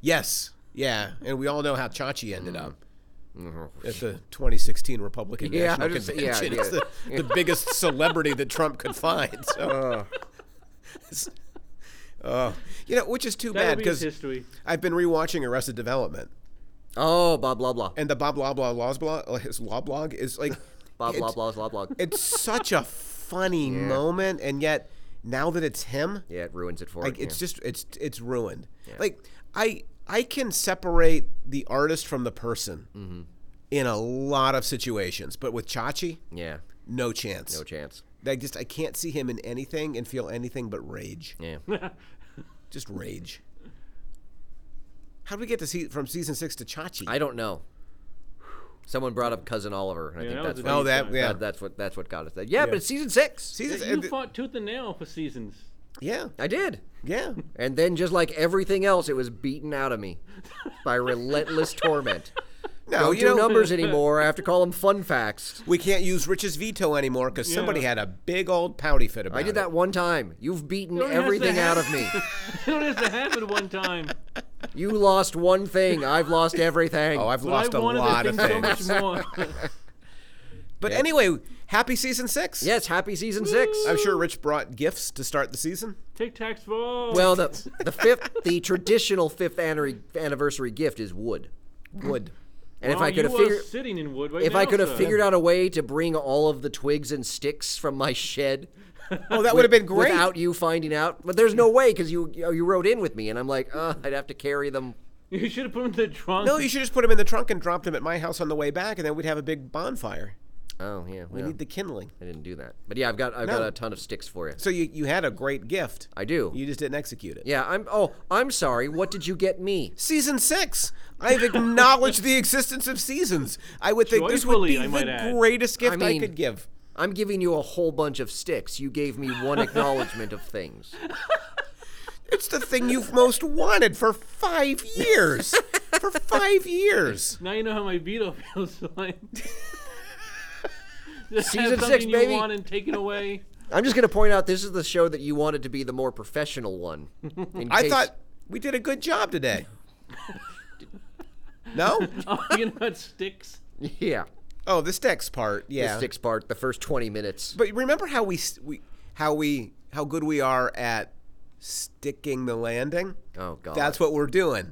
Speaker 3: Yes. Yeah, and we all know how Chachi ended up. At the 2016 Republican
Speaker 1: Mm-hmm. Yeah,
Speaker 3: National
Speaker 1: I was- yeah,
Speaker 3: Convention, it's
Speaker 1: yeah.
Speaker 3: the, the biggest celebrity that Trump could find. So, oh, you know, which is too
Speaker 2: That
Speaker 3: bad
Speaker 2: would be his
Speaker 3: because
Speaker 2: history.
Speaker 3: I've been rewatching Arrested Development,
Speaker 1: Oh, blah blah blah.
Speaker 3: and the Bob Law Law Law's blog, like, his law blog is like
Speaker 1: Blah blah
Speaker 3: it's-
Speaker 1: blah blah blah.
Speaker 3: It's such a funny moment, and yet now that it's him,
Speaker 1: Yeah, it ruins it for
Speaker 3: like
Speaker 1: it,
Speaker 3: it's
Speaker 1: yeah.
Speaker 3: just it's it's ruined like i i can separate the artist from the person
Speaker 1: Mm-hmm.
Speaker 3: in a lot of situations but with chachi
Speaker 1: yeah,
Speaker 3: no chance
Speaker 1: no chance.
Speaker 3: i just i can't see him in anything and feel anything but rage
Speaker 1: Yeah,
Speaker 3: just rage how do we get to see from season six to chachi
Speaker 1: I don't know. Someone brought up cousin Oliver. and I
Speaker 2: Yeah,
Speaker 1: think
Speaker 2: that
Speaker 1: that's
Speaker 2: was a
Speaker 1: what,
Speaker 3: oh that
Speaker 2: That-
Speaker 3: yeah
Speaker 1: that- that's what that's what got us. That. Yeah, but it's season six.
Speaker 3: season
Speaker 2: You fought tooth and nail for seasons.
Speaker 3: yeah
Speaker 1: I did,
Speaker 3: yeah
Speaker 1: and then just like everything else, it was beaten out of me by relentless torment.
Speaker 3: no
Speaker 1: Don't
Speaker 3: you
Speaker 1: do
Speaker 3: know
Speaker 1: numbers anymore. I have to call them fun facts.
Speaker 3: we can't use rich's veto anymore because somebody
Speaker 2: Yeah.
Speaker 3: had a big old pouty fit about
Speaker 1: I did
Speaker 3: it.
Speaker 1: that one time. You've beaten
Speaker 2: Don't have to
Speaker 1: everything out of
Speaker 2: have-
Speaker 1: me.
Speaker 2: it only has to happen one time.
Speaker 1: You lost one thing. I've lost everything.
Speaker 3: oh i've
Speaker 2: But
Speaker 3: lost
Speaker 2: I
Speaker 3: a
Speaker 2: wanted
Speaker 3: lot
Speaker 2: this
Speaker 3: of
Speaker 2: thing
Speaker 3: things
Speaker 2: so much more.
Speaker 3: But anyway, happy season six.
Speaker 1: yes, happy season six.
Speaker 3: I'm sure Rich brought gifts to start the season.
Speaker 2: Tic Tacs Fall.
Speaker 1: Well, the the fifth, the traditional fifth anniversary anniversary gift is wood.
Speaker 3: Wood.
Speaker 1: And if I could have
Speaker 2: Oh, you
Speaker 1: figured,
Speaker 2: are sitting in wood right
Speaker 1: if
Speaker 2: now,
Speaker 1: I could have
Speaker 2: sir.
Speaker 1: figured out a way to bring all of the twigs and sticks from my shed
Speaker 3: Oh, that would have been great.
Speaker 1: without you finding out, but there's no way because you you know, you rode in with me, and I'm like, uh, I'd have to carry them.
Speaker 2: you should have put them in the trunk.
Speaker 3: no, you should just put them in the trunk and dropped them at my house on the way back, and then we'd have a big bonfire.
Speaker 1: Oh yeah,
Speaker 3: We
Speaker 1: yeah.
Speaker 3: need the kindling.
Speaker 1: I didn't do that, but yeah, I've got I've
Speaker 3: No.
Speaker 1: got a ton of sticks for you.
Speaker 3: So you, you had a great gift.
Speaker 1: I do.
Speaker 3: You just didn't execute it.
Speaker 1: yeah, I'm. Oh, I'm sorry. What did you get me?
Speaker 3: Season six. I've acknowledged the existence of seasons. I would think this would
Speaker 2: Joyfully,
Speaker 3: be
Speaker 2: I might
Speaker 3: the
Speaker 2: add.
Speaker 3: greatest gift I,
Speaker 1: I mean-
Speaker 3: could give.
Speaker 1: I'm giving you a whole bunch of sticks. You gave me one acknowledgement of things.
Speaker 3: It's the thing you've most wanted for five years. for five years.
Speaker 2: Now you know how my veto feels like. Just
Speaker 1: Season
Speaker 2: have
Speaker 1: six,
Speaker 2: something you
Speaker 1: baby.
Speaker 2: want and take it away.
Speaker 1: I'm just going to point out this is the show that you wanted to be the more professional one. In
Speaker 3: I
Speaker 1: case-
Speaker 3: thought we did a good job today. no?
Speaker 2: Oh, you know what sticks?
Speaker 1: yeah,
Speaker 3: Oh, the sticks part. Yeah.
Speaker 1: the sticks part, the first 20 minutes.
Speaker 3: But remember how we s- we how we how good we are at sticking the landing?
Speaker 1: Oh, God.
Speaker 3: That's what we're doing.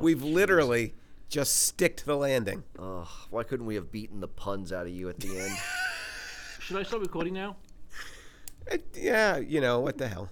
Speaker 3: We've literally Just stick to the landing.
Speaker 1: Ugh, why couldn't we have beaten the puns out of you at the end?
Speaker 2: Should I start recording now?
Speaker 3: Uh, yeah, you know, what the hell.